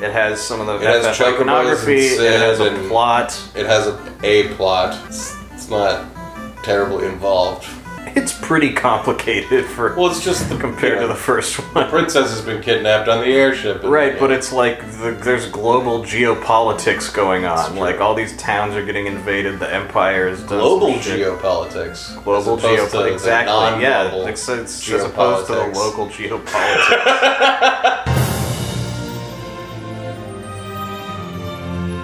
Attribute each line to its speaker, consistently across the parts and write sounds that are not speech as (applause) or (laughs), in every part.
Speaker 1: It has some of the
Speaker 2: It has
Speaker 1: FF
Speaker 2: chocobos and
Speaker 1: iconography. It has a
Speaker 2: sin.
Speaker 1: plot.
Speaker 2: It has a, a plot. It's, it's not terribly involved.
Speaker 1: It's pretty complicated for
Speaker 2: Well, it's just the,
Speaker 1: compared to the first
Speaker 2: (laughs)
Speaker 1: one.
Speaker 2: princess has been kidnapped on the airship. and-
Speaker 1: Right, but it's like the, there's global geopolitics going on.
Speaker 2: true.
Speaker 1: Like all these towns are getting invaded. The empire is doing
Speaker 2: global
Speaker 1: some shit.
Speaker 2: geopolitics. as
Speaker 1: Global
Speaker 2: opposed to the
Speaker 1: geopolitics. Exactly.
Speaker 2: non-global
Speaker 1: Yeah. It's, it's as opposed to the
Speaker 2: geopolitics.
Speaker 1: local geopolitics.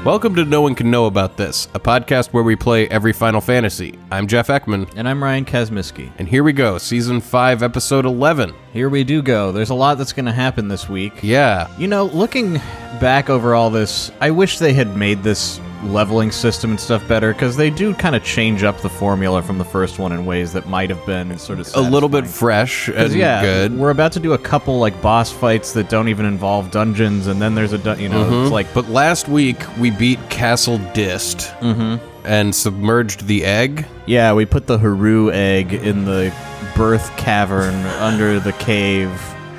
Speaker 2: Welcome to No One Can Know About This, a podcast where we play every Final Fantasy. I'm Jeff Ekman,
Speaker 3: (laughs) And I'm Ryan Kazmiski.
Speaker 2: and here we go, Season 5, Episode 11.
Speaker 3: Here we do go. There's a lot that's going to happen this week.
Speaker 2: Yeah.
Speaker 3: You know, looking back over all this, I wish they had made this leveling system and stuff better because they do kind of change up the formula from the first one in ways that might have been sort of
Speaker 2: A little bit
Speaker 3: satisfying.
Speaker 2: fresh and
Speaker 3: 'Cause, yeah,
Speaker 2: good.
Speaker 3: We're about to do a couple like boss fights that don't even involve dungeons, and then there's a dun- you know it's like
Speaker 2: But last week, we beat Castle Dist and submerged the egg.
Speaker 3: yeah, we put the Haru egg in the birth cavern under the cave,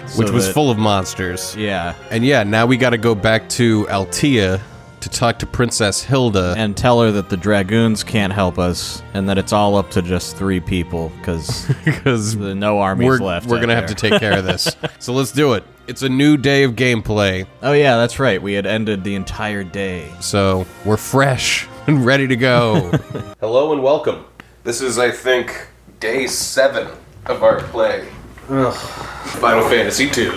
Speaker 3: so
Speaker 2: which was
Speaker 3: that-
Speaker 2: full of monsters.
Speaker 3: Yeah,
Speaker 2: And yeah, now we got to go back to Altea to talk to Princess Hilda.
Speaker 3: and tell her that the dragoons can't help us and that it's all up to just three people
Speaker 2: (laughs)
Speaker 3: because
Speaker 2: because
Speaker 3: no armies
Speaker 2: we're,
Speaker 3: left.
Speaker 2: we're
Speaker 3: out
Speaker 2: gonna have to
Speaker 3: there.
Speaker 2: take care of (laughs) this. so let's do it. It's a new day of gameplay,
Speaker 3: oh yeah, that's right. We had ended the entire day.
Speaker 2: so we're fresh (laughs) and ready to go. (laughs) Hello and welcome. This is, I think, day seven of our play. Final Fantasy II.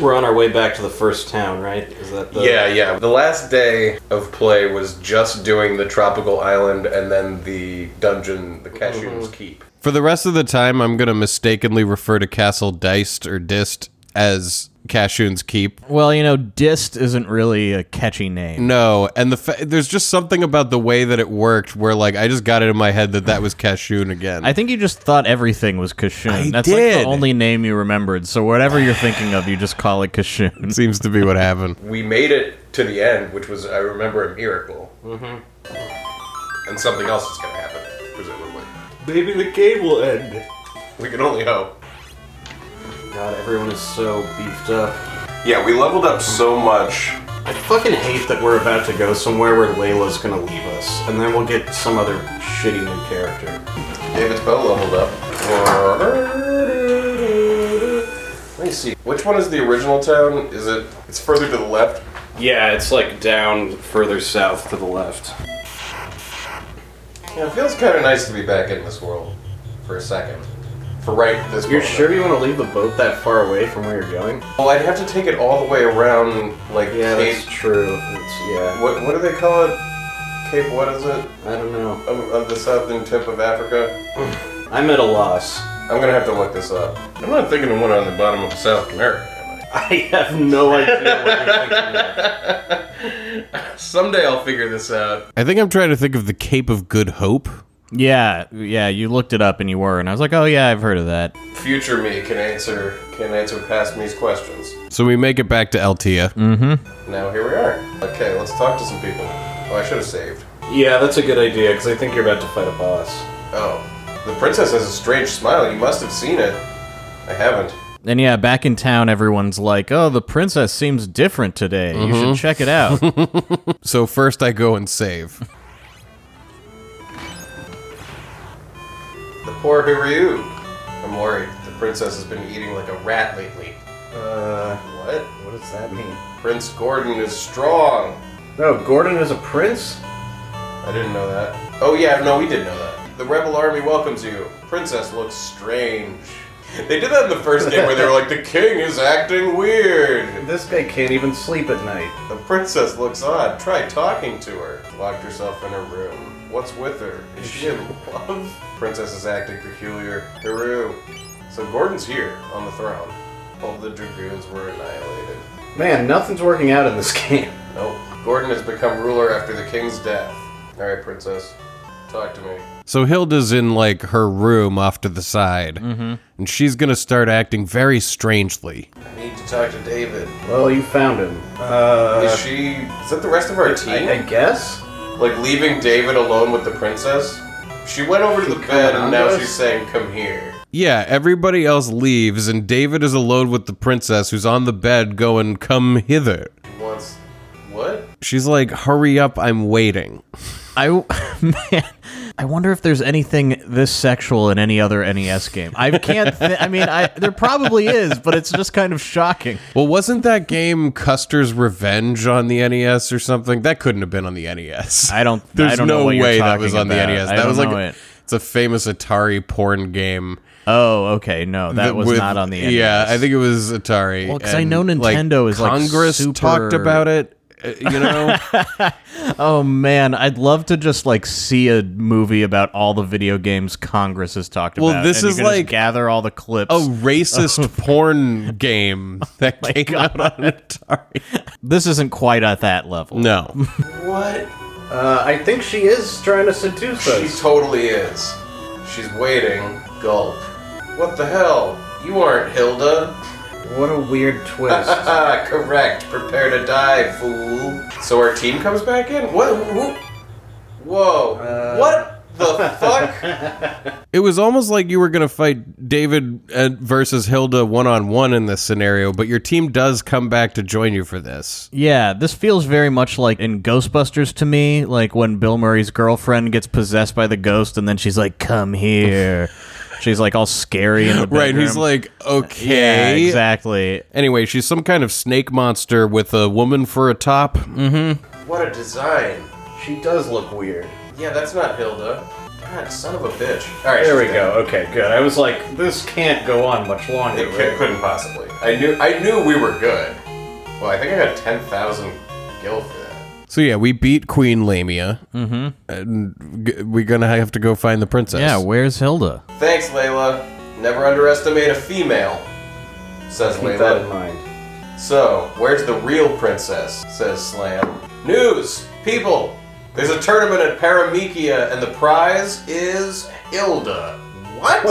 Speaker 1: We're on our way back to the first town, right? Is that the
Speaker 2: Yeah, yeah. The last day of play was just doing the tropical island and then the dungeon, the Cashews Keep. For the rest of the time, I'm going to mistakenly refer to Castle Diced or Dist as Cashoon's Keep.
Speaker 3: Well, you know, Dist isn't really a catchy name.
Speaker 2: No, and the fa- there's just something about the way that it worked where like I just got it in my head that that was Cashoon again.
Speaker 3: I think you just thought everything was Kashun.
Speaker 2: I
Speaker 3: That's like
Speaker 2: did.
Speaker 3: the only name you remembered. So whatever you're thinking of, you just call it Kashun.
Speaker 2: Seems to be what happened.
Speaker 4: we made it to the end, which was, I remember, a miracle. Mm-hmm. And something else is going to happen, presumably.
Speaker 1: Maybe the game will end.
Speaker 4: We can only hope.
Speaker 1: God, everyone is so beefed up.
Speaker 4: Yeah, we leveled up so much.
Speaker 1: I fucking hate that we're about to go somewhere where Layla's gonna leave us, and then we'll get some other shitty new character.
Speaker 4: David's bow leveled up. Let me see. Which one is the original town? Is it? It's further to the left.
Speaker 1: Yeah, it's like down further south to the left.
Speaker 4: Yeah, it feels kind of nice to be back in this world for a second. For right this.
Speaker 1: You're
Speaker 4: moment.
Speaker 1: sure you want to leave the boat that far away from where you're going?
Speaker 4: Well, I'd have to take it all the way around, like Cape.
Speaker 1: true. It's yeah.
Speaker 4: What, what do they call it? Cape. What is it?
Speaker 1: I don't know.
Speaker 4: of, of the southern tip of Africa?
Speaker 1: I'm at a loss. (laughs)
Speaker 4: I'm gonna have to look this up. I'm not thinking of one on the bottom of South America. am
Speaker 1: I have (laughs) no idea what you're thinking of.
Speaker 4: I? Someday I'll figure this out.
Speaker 2: I think I'm trying to think of the Cape of Good Hope.
Speaker 3: yeah, yeah. You looked it up and you were, and I was like, oh yeah, I've heard of that.
Speaker 4: Future me can answer can answer past me's questions.
Speaker 2: So we make it back to Altea.
Speaker 4: Now here we are. Okay, let's talk to some people. Oh, I should have saved.
Speaker 1: Yeah, that's a good idea because I think you're about to fight a boss.
Speaker 4: Oh, the princess has a strange smile. You must have seen it. I haven't.
Speaker 3: And yeah, back in town, everyone's like, "Oh, the princess seems different today. You
Speaker 1: Mm-hmm.
Speaker 3: should check it out."
Speaker 1: (laughs)
Speaker 2: So first I go and save.
Speaker 4: The poor who are you? I'm worried. The princess has been eating like a rat lately.
Speaker 1: Uh,
Speaker 4: What?
Speaker 1: what does that mean?
Speaker 4: Prince Gordon is strong.
Speaker 1: No, Gordon is a prince.
Speaker 4: I didn't know that. Oh yeah, no, we did know that. The rebel army welcomes you. Princess looks strange. They did that in the first game where they were like, the king is acting weird.
Speaker 1: This guy can't even sleep at night.
Speaker 4: The princess looks odd. Try talking to her. Locked herself in her room. What's with her? Is she
Speaker 1: (laughs)
Speaker 4: in love? Princess is acting peculiar. Haru. So Gordon's here on the throne. All the dragoons were annihilated.
Speaker 1: Man, nothing's working out in this (laughs) game.
Speaker 4: Nope. Gordon has become ruler after the king's death. Alright, princess. Talk to me.
Speaker 2: So Hilda's in like her room off to the side,
Speaker 1: Mm-hmm.
Speaker 2: and she's gonna start acting very strangely.
Speaker 4: I need to talk to David.
Speaker 1: Well, you found him. Uh,
Speaker 4: Is she? Is that the rest of our team?
Speaker 1: I, I guess.
Speaker 4: like leaving David alone with the princess? She went over to the bed and
Speaker 1: on
Speaker 4: now
Speaker 1: us?
Speaker 4: she's saying, "Come here."
Speaker 2: Yeah, everybody else leaves, and David is alone with the princess, who's on the bed going, "Come hither."
Speaker 4: She wants What?
Speaker 5: She's like, hurry up, I'm waiting.
Speaker 3: I (laughs) man, I wonder if there's anything this sexual in any other NES game. I can't. Th- I mean, I there probably is, but it's just kind of shocking.
Speaker 5: Well, wasn't that game Custer's Revenge on the NES or something? That couldn't have been on the NES.
Speaker 3: I don't.
Speaker 5: There's
Speaker 3: I don't
Speaker 5: no
Speaker 3: know what you're
Speaker 5: way that
Speaker 3: talking
Speaker 5: was on
Speaker 3: about.
Speaker 5: the NES. that
Speaker 3: I don't
Speaker 5: was like
Speaker 3: know it.
Speaker 5: it's a famous Atari porn game.
Speaker 3: Oh, okay. No, that was
Speaker 5: with-
Speaker 3: not on the E NES.
Speaker 5: Yeah, I think it was Atari.
Speaker 3: Well, 'cause I
Speaker 5: and,
Speaker 3: know Nintendo is, like,
Speaker 5: Congress
Speaker 3: super-
Speaker 5: talked about it. uh, You
Speaker 3: (laughs)
Speaker 5: know,
Speaker 3: Oh man, I'd love to just like see a movie about all the video games Congress has talked
Speaker 5: Well,
Speaker 3: about.
Speaker 5: this
Speaker 3: and you
Speaker 5: is
Speaker 3: can just
Speaker 5: like
Speaker 3: gather all the clips.
Speaker 5: a
Speaker 3: Oh,
Speaker 5: racist porn game that
Speaker 3: (laughs)
Speaker 5: came out on Atari.
Speaker 3: this isn't quite at that level.
Speaker 5: No,
Speaker 4: What?
Speaker 6: Uh, I think she is trying to seduce
Speaker 4: She totally is. She's waiting. Gulp. What the hell? You aren't Hilda.
Speaker 6: What a weird twist. (laughs)
Speaker 4: Ah, (laughs) correct. Prepare to die, fool. So our team comes back in? What? Who? Whoa.
Speaker 6: Uh,
Speaker 4: what
Speaker 6: (laughs)
Speaker 4: the fuck?
Speaker 5: it was almost like you were going to fight David uh, versus Hilda one on one in this scenario, but your team does come back to join you for this.
Speaker 3: Yeah, this feels very much like in Ghostbusters to me, like when Bill Murray's girlfriend gets possessed by the ghost and then she's like, "Come
Speaker 6: (laughs)
Speaker 3: here." she's like all scary in the bedroom.
Speaker 5: Right? He's like,
Speaker 3: yeah,
Speaker 5: okay.
Speaker 3: exactly.
Speaker 5: Anyway, she's some kind of snake monster with a woman for a top.
Speaker 6: Mm-hmm.
Speaker 4: What a design.
Speaker 6: she does look weird.
Speaker 4: Yeah, that's not Hilda. God, son of a bitch. Alright,
Speaker 6: There we go. Okay, good. I was like, this can't go on much longer.
Speaker 4: It cou- couldn't possibly. I knew I knew we were good. Well, I think I got 10,000 gil for that.
Speaker 5: So yeah, we beat Queen Lamia, mm-hmm. and g- we're gonna have to go find the princess.
Speaker 3: Yeah, where's Hilda?
Speaker 4: Thanks, Layla. Never underestimate a female, says
Speaker 6: Keep that in
Speaker 4: Layla.
Speaker 6: mind.
Speaker 4: So, where's the real princess? says Slam. News! People! There's a tournament at Paramikia, and the prize is Hilda. What?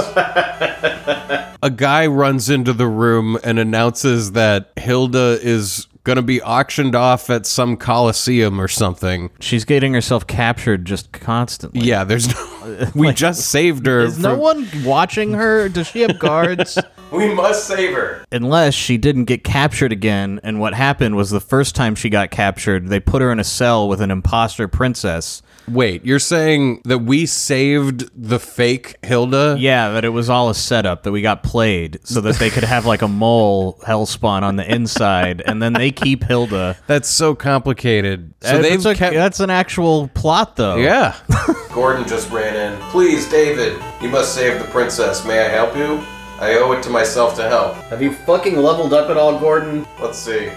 Speaker 5: (laughs) a guy runs into the room and announces that Hilda is gonna be auctioned off at some coliseum or something.
Speaker 3: She's getting herself captured just constantly.
Speaker 5: Yeah, there's (laughs) no. We just saved her.
Speaker 3: Is no
Speaker 5: from-
Speaker 3: one watching her? Does she have guards?
Speaker 4: we must save her.
Speaker 3: Unless she didn't get captured again, and what happened was the first time she got captured, they put her in a cell with an imposter princess.
Speaker 5: Wait, you're saying that we saved the fake Hilda?
Speaker 3: Yeah, that it was all a setup that we got played so that they could have like a mole hellspawn on the inside, and then they keep Hilda.
Speaker 5: That's so complicated. So
Speaker 3: That's
Speaker 5: they've
Speaker 3: a-
Speaker 5: kept.
Speaker 3: that's an actual plot though.
Speaker 5: yeah.
Speaker 4: (laughs) Gordon just ran in. Please, David, you must save the princess. May I help you? I owe it to myself to help.
Speaker 6: Have you fucking leveled up at all, Gordon?
Speaker 4: Let's see.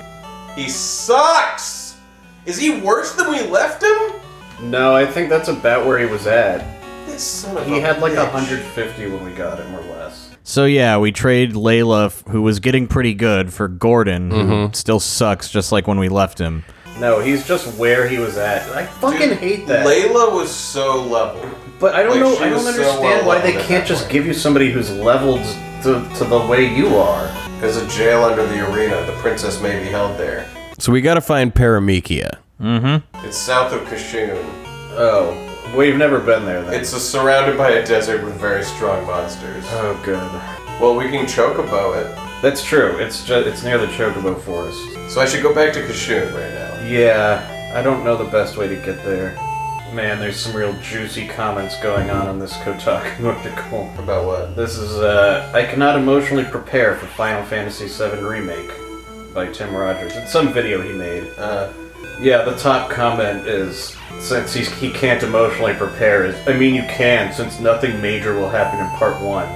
Speaker 4: He sucks! Is he worse than we left him?
Speaker 6: No, I think that's about where he was at.
Speaker 4: This son of
Speaker 6: He
Speaker 4: a
Speaker 6: had like
Speaker 4: bitch.
Speaker 6: 150 when we got him, or less.
Speaker 3: So yeah, we trade Layla, f- who was getting pretty good, for Gordon, who
Speaker 5: Mm-hmm.
Speaker 3: still sucks, just like when we left him.
Speaker 6: No, he's just where he was at. I fucking
Speaker 4: Dude,
Speaker 6: hate that.
Speaker 4: Layla was so level.
Speaker 6: but I don't
Speaker 4: like,
Speaker 6: know.
Speaker 4: she
Speaker 6: I
Speaker 4: was
Speaker 6: don't
Speaker 4: so
Speaker 6: understand
Speaker 4: well
Speaker 6: why they
Speaker 4: leveled at
Speaker 6: can't
Speaker 4: that
Speaker 6: just
Speaker 4: point.
Speaker 6: give you somebody who's leveled to, to the way you are.
Speaker 4: There's a jail under the arena. The princess may be held there.
Speaker 5: So we gotta find Paramikia.
Speaker 6: Mm-hmm.
Speaker 4: It's south of Kashun.
Speaker 6: Oh, well, you've never been there then.
Speaker 4: It's a, surrounded by a desert with very strong monsters.
Speaker 6: oh, good.
Speaker 4: Well, we can chocobo it.
Speaker 6: That's true. It's just it's near the Chocobo Forest.
Speaker 4: So I should go back to Kashun right now.
Speaker 6: Yeah, I don't know the best way to get there. Man, there's some real juicy comments going on in this Kotaku (laughs) article.
Speaker 4: About what?
Speaker 6: This is, uh, I cannot emotionally prepare for Final Fantasy VII Remake by Tim Rogers. It's some video he made.
Speaker 4: Uh,
Speaker 6: Yeah, the top comment is since he's, he can't emotionally prepare. Is, I mean, you can since nothing major will happen in part one.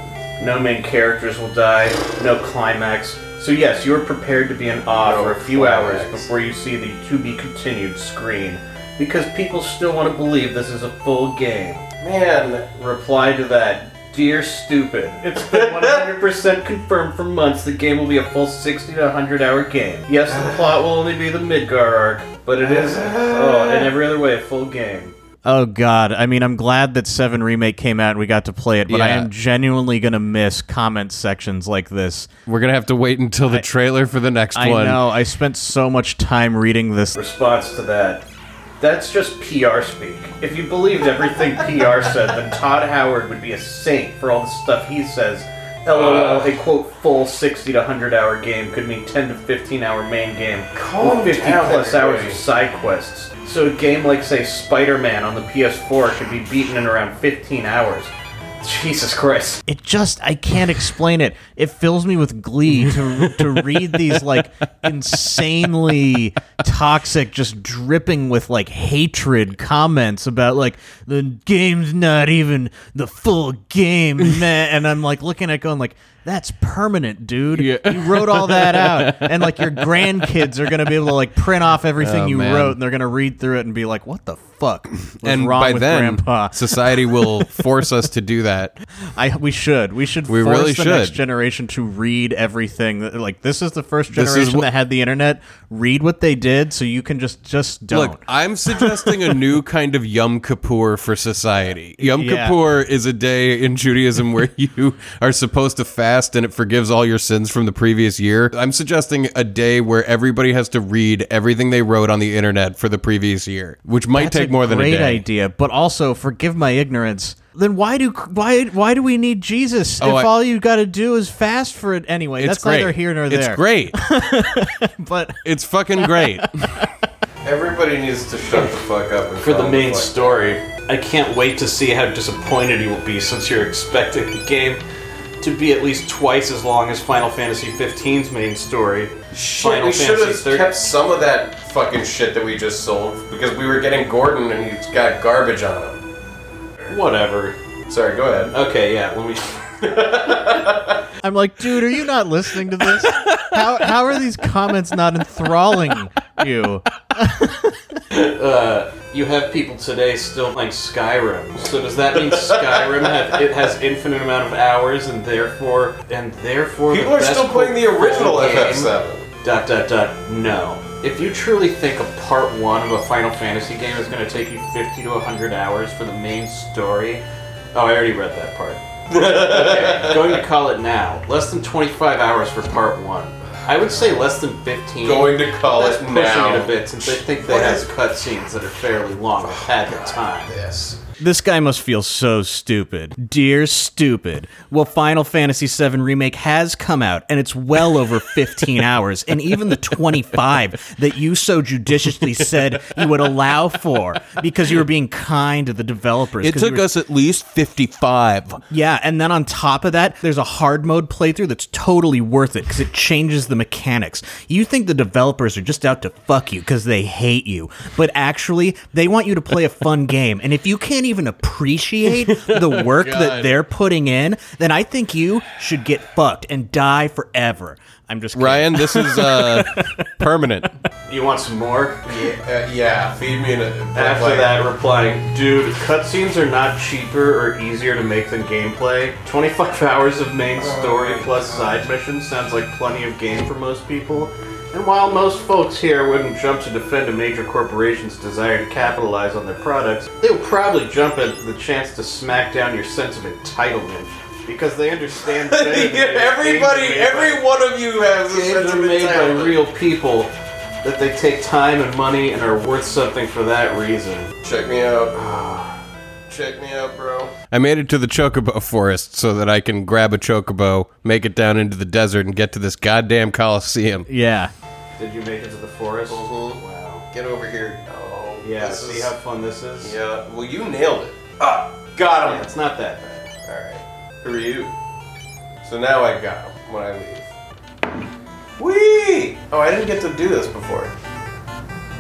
Speaker 6: No main characters will die. No climax. So yes, you are prepared to be in awe
Speaker 4: No
Speaker 6: for a few
Speaker 4: climax.
Speaker 6: hours before you see the to be continued screen because people still want to believe this is a full game.
Speaker 4: man,
Speaker 6: Reply to that. Dear stupid, it's
Speaker 4: (laughs)
Speaker 6: been 100% confirmed for months the game will be a full 60 to 100 hour game. Yes, the plot will only be the Midgar arc, but it is, oh, in every other way, a full game.
Speaker 3: Oh God! I mean, I'm glad that Seven Remake came out and we got to play it, but I
Speaker 5: Yeah.
Speaker 3: am genuinely gonna miss comment sections like this.
Speaker 5: We're gonna have to wait until the trailer for the next
Speaker 3: I
Speaker 5: one.
Speaker 3: know. I spent so much time reading this.
Speaker 6: Response to that. That's just PR speak. If you believed everything PR said, then Todd Howard would be a saint for all the stuff he says
Speaker 4: Uh.
Speaker 6: LOL, a quote full 60 to 100 hour game could mean 10 to 15 hour main game,
Speaker 4: Calm
Speaker 6: with 50
Speaker 4: down,
Speaker 6: plus hours
Speaker 4: everybody.
Speaker 6: of side quests. So a game like, say, Spider Man on the PS4 could be beaten in around 15 hours. Jesus Christ.
Speaker 3: It just I can't explain it. It fills me with glee to to read these like insanely toxic, just dripping with like hatred comments about like the game's not even the full game, (laughs) man. And I'm like looking at it going like that's permanent, dude. You wrote all that out, and like your grandkids are gonna be able to like print off everything
Speaker 7: Oh,
Speaker 3: you
Speaker 7: man.
Speaker 3: wrote, and they're gonna read through it and be like, "What the fuck was
Speaker 7: and
Speaker 3: wrong
Speaker 7: by
Speaker 3: with
Speaker 7: then,
Speaker 3: Grandpa?" (laughs)
Speaker 7: society will force us to do that.
Speaker 3: I we should we should
Speaker 7: We
Speaker 3: force
Speaker 7: really
Speaker 3: the next
Speaker 7: should.
Speaker 3: generation to read everything. that- Like this is the first
Speaker 7: This is
Speaker 3: generation
Speaker 7: what-
Speaker 3: that had the internet. Read what they did, so you can just just don't.
Speaker 7: Look, I'm suggesting a new kind of Yom Kippur for society. Yom
Speaker 3: Yeah.
Speaker 7: Kippur is a day in Judaism where (laughs) you are supposed to fast and it forgives all your sins from the previous year. I'm suggesting a day where everybody has to read everything they wrote on the internet for the previous year, which might
Speaker 3: That's
Speaker 7: take
Speaker 3: a
Speaker 7: more than a
Speaker 3: great
Speaker 7: day.
Speaker 3: idea, but also forgive my ignorance. Then why do why why do we need Jesus
Speaker 7: Oh,
Speaker 3: if
Speaker 7: I-
Speaker 3: all you got to do is fast for it anyway?
Speaker 7: It's
Speaker 3: That's
Speaker 7: great.
Speaker 3: neither here nor there. (laughs)
Speaker 7: It's great.
Speaker 3: but
Speaker 7: It's fucking great.
Speaker 4: Everybody needs to shut the fuck up and
Speaker 6: For the
Speaker 4: calm
Speaker 6: main
Speaker 4: fuck
Speaker 6: story, I can't wait to see how disappointed you will be since you're expecting the game to be at least twice as long as Final Fantasy XV's main story.
Speaker 4: Shit, we should have kept some of that fucking shit that we just sold because we were getting Gordon and he's got garbage on him.
Speaker 6: Whatever.
Speaker 4: Sorry, go ahead.
Speaker 6: Okay, yeah, let me.
Speaker 3: I'm like, dude, are you not listening to this? How how are these comments not enthralling you?
Speaker 6: You have people today still playing Skyrim. So does that
Speaker 4: (laughs)
Speaker 6: mean Skyrim have, it has infinite amount of hours and therefore and therefore
Speaker 4: People
Speaker 6: the
Speaker 4: are
Speaker 6: best
Speaker 4: still playing the original
Speaker 6: full game-
Speaker 4: FF7.
Speaker 6: Dot dot dot. No. If you truly think a part one of a Final Fantasy game is going to take you 50 to 100 hours for the main story, oh, I already read that part. okay, going to call it now. Less than 25 hours for part one. I would say less than 15.
Speaker 4: Going to call
Speaker 6: That's
Speaker 4: it
Speaker 6: pushing
Speaker 4: now.
Speaker 6: it a bit since I think they
Speaker 4: What
Speaker 6: have
Speaker 4: is-
Speaker 6: cutscenes that are fairly long. I've had the time.
Speaker 4: Yes.
Speaker 3: This guy must feel so stupid. Dear stupid. Well, Final Fantasy VII Remake has come out, and it's well over
Speaker 7: (laughs)
Speaker 3: 15 hours, and even the 25 that you so judiciously said you would allow for because you were being kind to the developers.
Speaker 7: It
Speaker 3: 'cause you
Speaker 7: took
Speaker 3: were-
Speaker 7: us at least 55.
Speaker 3: Yeah, and then on top of that, there's a hard mode playthrough that's totally worth it because it changes the mechanics. You think the developers are just out to fuck you because they hate you, but actually, they want you to play a fun game. And if you can't even appreciate the work that they're putting in, then I think you should get fucked and die forever. I'm just kidding.
Speaker 7: Ryan, this
Speaker 6: (laughs)
Speaker 7: is uh, permanent.
Speaker 6: You want some more?
Speaker 4: Uh, yeah, feed me in a.
Speaker 6: After
Speaker 4: like-
Speaker 6: that, replying, dude, cutscenes are not cheaper or easier to make than gameplay. 25 (laughs) hours of main story plus side missions sounds like plenty of game for most people. And while most folks here wouldn't jump to defend a major corporation's desire to capitalize on their products, they will probably jump at the chance to smack down your sense of entitlement because
Speaker 4: (laughs)
Speaker 6: they understand better than they are
Speaker 4: (laughs) Everybody,
Speaker 6: games are made by-
Speaker 4: every one of you has a
Speaker 6: games
Speaker 4: sense
Speaker 6: are
Speaker 4: of
Speaker 6: made by
Speaker 4: entitlement.
Speaker 6: real people that they take time and money and are worth something for that reason.
Speaker 4: Check me out. Check me out, bro.
Speaker 7: I made it to the chocobo forest so that I can grab a chocobo, make it down into the desert, and get to this goddamn coliseum.
Speaker 3: Yeah.
Speaker 6: Did you make it to the forest?
Speaker 4: Mhm.
Speaker 6: Wow.
Speaker 4: Get over here. Oh,
Speaker 6: Yeah,
Speaker 4: this
Speaker 6: see
Speaker 4: is-
Speaker 6: how fun this is?
Speaker 4: Yeah. Well, you nailed it. Ah, got him.
Speaker 6: Yeah, it's not that bad.
Speaker 4: Alright. Who are you? So now I got him when I leave. Whee! Oh, I didn't get to do this before.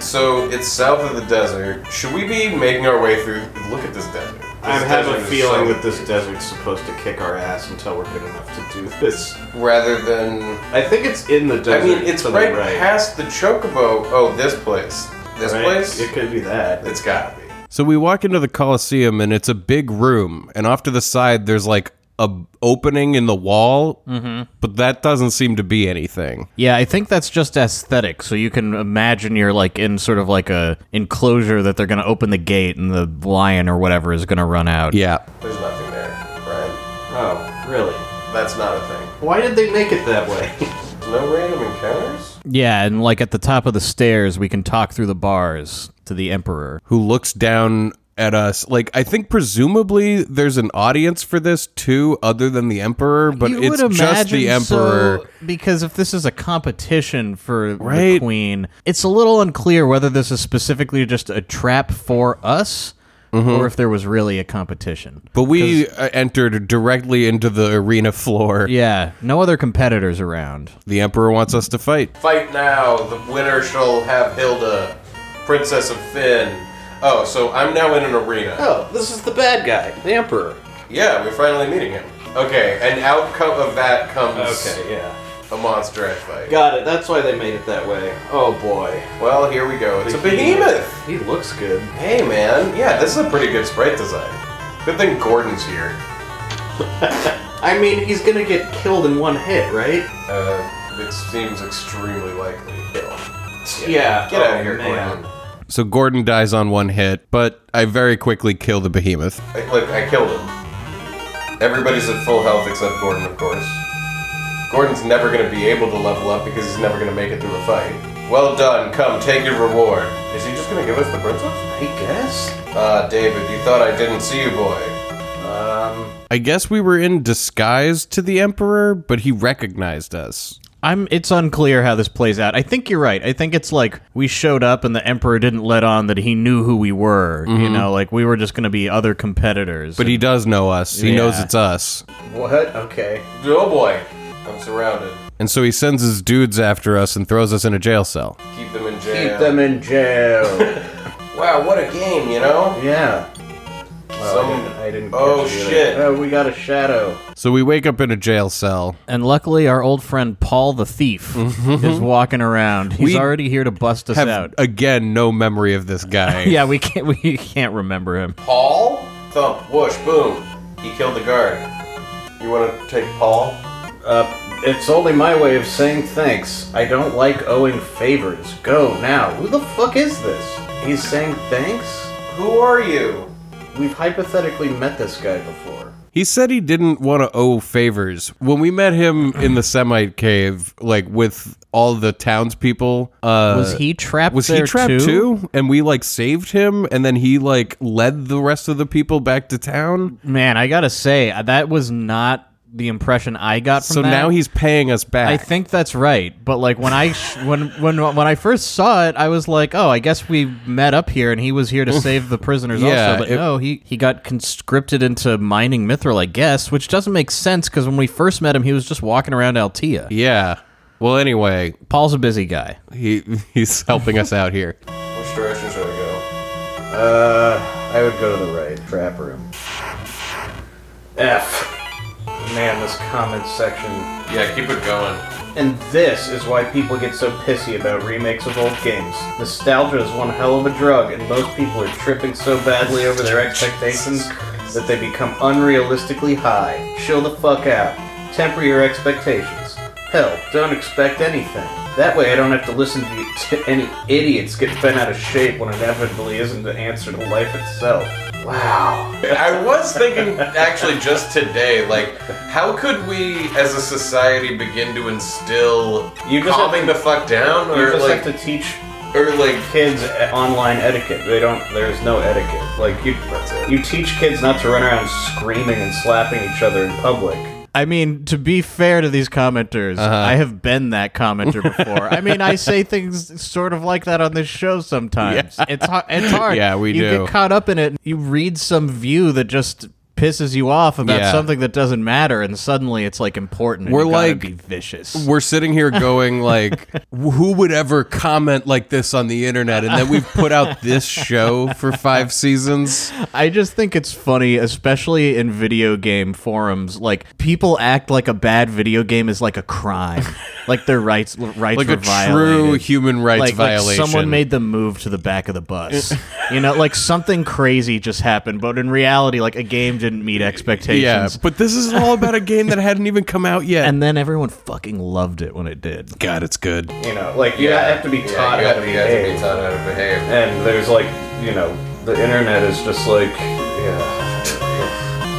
Speaker 4: So it's south of the desert. Should we be making our way through? Look at this desert. This
Speaker 6: I have
Speaker 4: desert
Speaker 6: a
Speaker 4: is
Speaker 6: feeling
Speaker 4: so-
Speaker 6: that this desert's supposed to kick our ass until we're good enough to do this.
Speaker 4: Rather than.
Speaker 6: I think it's in the
Speaker 4: I
Speaker 6: desert.
Speaker 4: mean, it's
Speaker 6: to the
Speaker 4: right,
Speaker 6: right
Speaker 4: past the chocobo. Oh, this place. This
Speaker 6: right?
Speaker 4: place?
Speaker 6: It could be that.
Speaker 4: It's gotta be.
Speaker 7: So we walk into the coliseum, and it's a big room, and off to the side there's like a opening in the wall, but that doesn't seem to be anything.
Speaker 3: Yeah, I think that's just aesthetic. So you can imagine you're like in sort of like a enclosure that they're going to open the gate and the lion or whatever is going to run out.
Speaker 7: Yeah.
Speaker 4: There's nothing there, Brian.
Speaker 6: oh, really?
Speaker 4: That's not a thing.
Speaker 6: Why did they make it that (laughs) way?
Speaker 4: No random encounters?
Speaker 3: Yeah, and like at the top of the stairs, we can talk through the bars to the emperor.
Speaker 7: Who looks down
Speaker 3: at us. Like I think presumably there's an audience for this too, other than the emperor. But
Speaker 7: You
Speaker 3: it's
Speaker 7: would
Speaker 3: just the
Speaker 7: imagine so,
Speaker 3: emperor.
Speaker 7: because if this is a competition for the
Speaker 3: Right.
Speaker 7: queen, it's a little unclear whether this is specifically just a trap for us
Speaker 3: Mm-hmm.
Speaker 7: or if there was really a competition.
Speaker 3: But we uh, entered directly into the arena floor.
Speaker 7: Yeah, no other competitors around.
Speaker 3: The emperor wants us to fight.
Speaker 4: Fight now. The winner shall have Hilda, Princess of Finn. Oh, so I'm now in an arena.
Speaker 6: Oh, this is the bad guy, the emperor.
Speaker 4: Yeah, we're finally meeting him. Okay, and outcome of that comes
Speaker 6: Okay, yeah.
Speaker 4: a monster egg fight.
Speaker 6: Got it. That's why they made it that way. Oh boy.
Speaker 4: Well, here we go. It's a behemoth.
Speaker 6: He looks good.
Speaker 4: Hey, man. Yeah, this is a pretty good sprite design. Good thing Gordon's here.
Speaker 6: I mean, he's gonna get killed in one hit, right?
Speaker 4: Uh, it seems extremely likely.
Speaker 6: Yeah.
Speaker 4: Get out of here,
Speaker 6: Oh, man.
Speaker 4: Gordon.
Speaker 3: So Gordon dies on one hit, but I very quickly kill the behemoth.
Speaker 4: I, look, I killed him. Everybody's at full health except Gordon, of course. Gordon's never going to be able to level up because he's never going to make it through a fight. Well done. Come, take your reward. Is he just going to give us the princess?
Speaker 6: I guess.
Speaker 4: Ah, David, you thought I didn't see you, boy.
Speaker 6: Um.
Speaker 3: I guess we were in disguise to the emperor, but he recognized us.
Speaker 7: I'm it's unclear how this plays out. I think you're right. I think it's like we showed up and the emperor didn't let on that he knew who we were, you know, like we were just going to be other competitors.
Speaker 3: Mm-hmm. But he does know us. He
Speaker 7: Yeah.
Speaker 3: knows it's us.
Speaker 6: What? Okay.
Speaker 4: Oh, boy. I'm surrounded.
Speaker 3: And so he sends his dudes after us and throws us in a jail cell.
Speaker 4: Keep them in
Speaker 6: Keep
Speaker 4: jail.
Speaker 6: them in jail.
Speaker 4: Wow, what a game, you know?
Speaker 6: (laughs) yeah. Well,
Speaker 4: Some-
Speaker 6: I didn't. I didn't
Speaker 4: Oh,
Speaker 6: catch it either.
Speaker 4: shit.
Speaker 6: Oh, we got a shadow.
Speaker 3: So we wake up in a jail cell.
Speaker 7: and luckily our old friend Paul the thief is walking around. He's
Speaker 3: Mm-hmm. We
Speaker 7: already here to bust us
Speaker 3: Have
Speaker 7: out.
Speaker 3: again no memory of this
Speaker 6: (laughs)
Speaker 3: guy.
Speaker 7: yeah, we can't (laughs) we can't remember him.
Speaker 4: Paul? Thump, whoosh, boom. He killed the guard. You want to take Paul?
Speaker 6: Uh, it's only my way of saying thanks. I don't like owing favors. Go now. Who the fuck is this? He's saying thanks?
Speaker 4: Who are you?
Speaker 6: We've hypothetically met this guy before.
Speaker 3: He said he didn't want to owe favors. When we met him in the Semite cave, like with all the townspeople, uh,
Speaker 7: Was he trapped
Speaker 3: was
Speaker 7: there
Speaker 3: he trapped
Speaker 7: too?
Speaker 3: too? And we like saved him, and then he like led the rest of the people back to town.
Speaker 7: Man, I got to say uh, that was not the impression I got from
Speaker 3: So
Speaker 7: that.
Speaker 3: now he's paying us back.
Speaker 7: I think that's right, but like when I sh- when when when I first saw it, I was like, "Oh, I guess we met up here, and he was here to save the prisoners
Speaker 3: Yeah,
Speaker 7: also." But
Speaker 3: it-
Speaker 7: no, he he got conscripted into mining mithril, I guess, which doesn't make sense because when we first met him, he was just walking around Altea.
Speaker 3: Yeah. Well, anyway,
Speaker 7: Paul's a busy guy.
Speaker 3: he he's helping us out here.
Speaker 4: Which direction should I go?
Speaker 6: Uh, I would go to the right. Trap room. F. Man, this comment section.
Speaker 4: Yeah, keep it going.
Speaker 6: And this is why people get so pissy about remakes of old games. Nostalgia is one hell of a drug, and most people are tripping so badly over their expectations that they become unrealistically high. Chill the fuck out. Temper your expectations. Hell, don't expect anything. That way I don't have to listen to, you, to any idiots get bent out of shape when inevitably isn't the answer to life itself. Wow.
Speaker 4: I was thinking, actually, just today, like, how could we, as a society, begin to instill
Speaker 6: You just have
Speaker 4: calming the fuck down,
Speaker 6: You
Speaker 4: or
Speaker 6: just
Speaker 4: like,
Speaker 6: have to teach
Speaker 4: or like,
Speaker 6: kids e- online etiquette. They don't. There's no etiquette. Like you,
Speaker 4: That's it.
Speaker 6: you teach kids not to run around screaming and slapping each other in public.
Speaker 7: I mean, to be fair to these commenters,
Speaker 3: Uh-huh.
Speaker 7: I have been that commenter before. I mean, I
Speaker 3: (laughs)
Speaker 7: say things sort of like that on this show sometimes. It's hard. It's hard.
Speaker 3: Yeah, we
Speaker 7: you
Speaker 3: do.
Speaker 7: get caught up in it. You read some view that just pisses you off about
Speaker 3: Yeah.
Speaker 7: something that doesn't matter, and suddenly it's like important. and
Speaker 3: We're
Speaker 7: you gotta
Speaker 3: like-
Speaker 7: be vicious.
Speaker 3: (laughs) We're sitting here going like, who would ever comment like this on the internet? And then we've put out this show for five seasons.
Speaker 7: I just think it's funny, especially in video game forums. Like people act like a bad video game is like
Speaker 3: (laughs)
Speaker 7: a crime, like their rights rights
Speaker 3: Like
Speaker 7: were
Speaker 3: a true
Speaker 7: violated.
Speaker 3: human rights
Speaker 7: like, like
Speaker 3: violation.
Speaker 7: someone made them move to the back of the bus. (laughs) you know, like something crazy just happened, but in reality, like a game didn't meet expectations.
Speaker 3: Yeah, but this is all about a game that hadn't even come out yet.
Speaker 7: and then everyone fucking loved it when it did.
Speaker 3: God, it's
Speaker 4: Uh,
Speaker 3: good.
Speaker 6: You know, like you have to be
Speaker 4: yeah,
Speaker 6: taught
Speaker 4: you
Speaker 6: how
Speaker 4: have
Speaker 6: to
Speaker 4: to you have to be
Speaker 6: behave.
Speaker 4: taught how to behave.
Speaker 6: And there's like, you know, the internet is just like, yeah.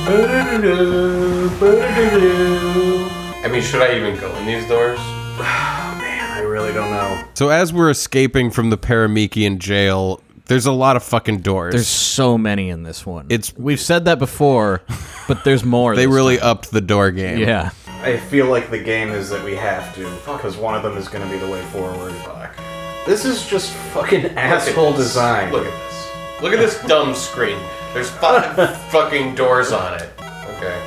Speaker 6: Ba-da-da-da, ba-da-da-da.
Speaker 4: I mean, should I even go in these doors?
Speaker 6: Man, I really don't know.
Speaker 3: So as we're escaping from the Paramekian jail, There's a lot of fucking doors.
Speaker 7: There's so many in this one.
Speaker 3: It's-
Speaker 7: we've said that before, but there's more.
Speaker 3: they
Speaker 7: this
Speaker 3: really upped the door game.
Speaker 7: time. (laughs) yeah.
Speaker 6: I feel like the game is that we have to, because one of them is going to be the way forward. Fuck. This is just fucking asshole
Speaker 4: this.
Speaker 6: design.
Speaker 4: Look at this. Look at this dumb screen. There's five (laughs) fucking doors on it. Okay.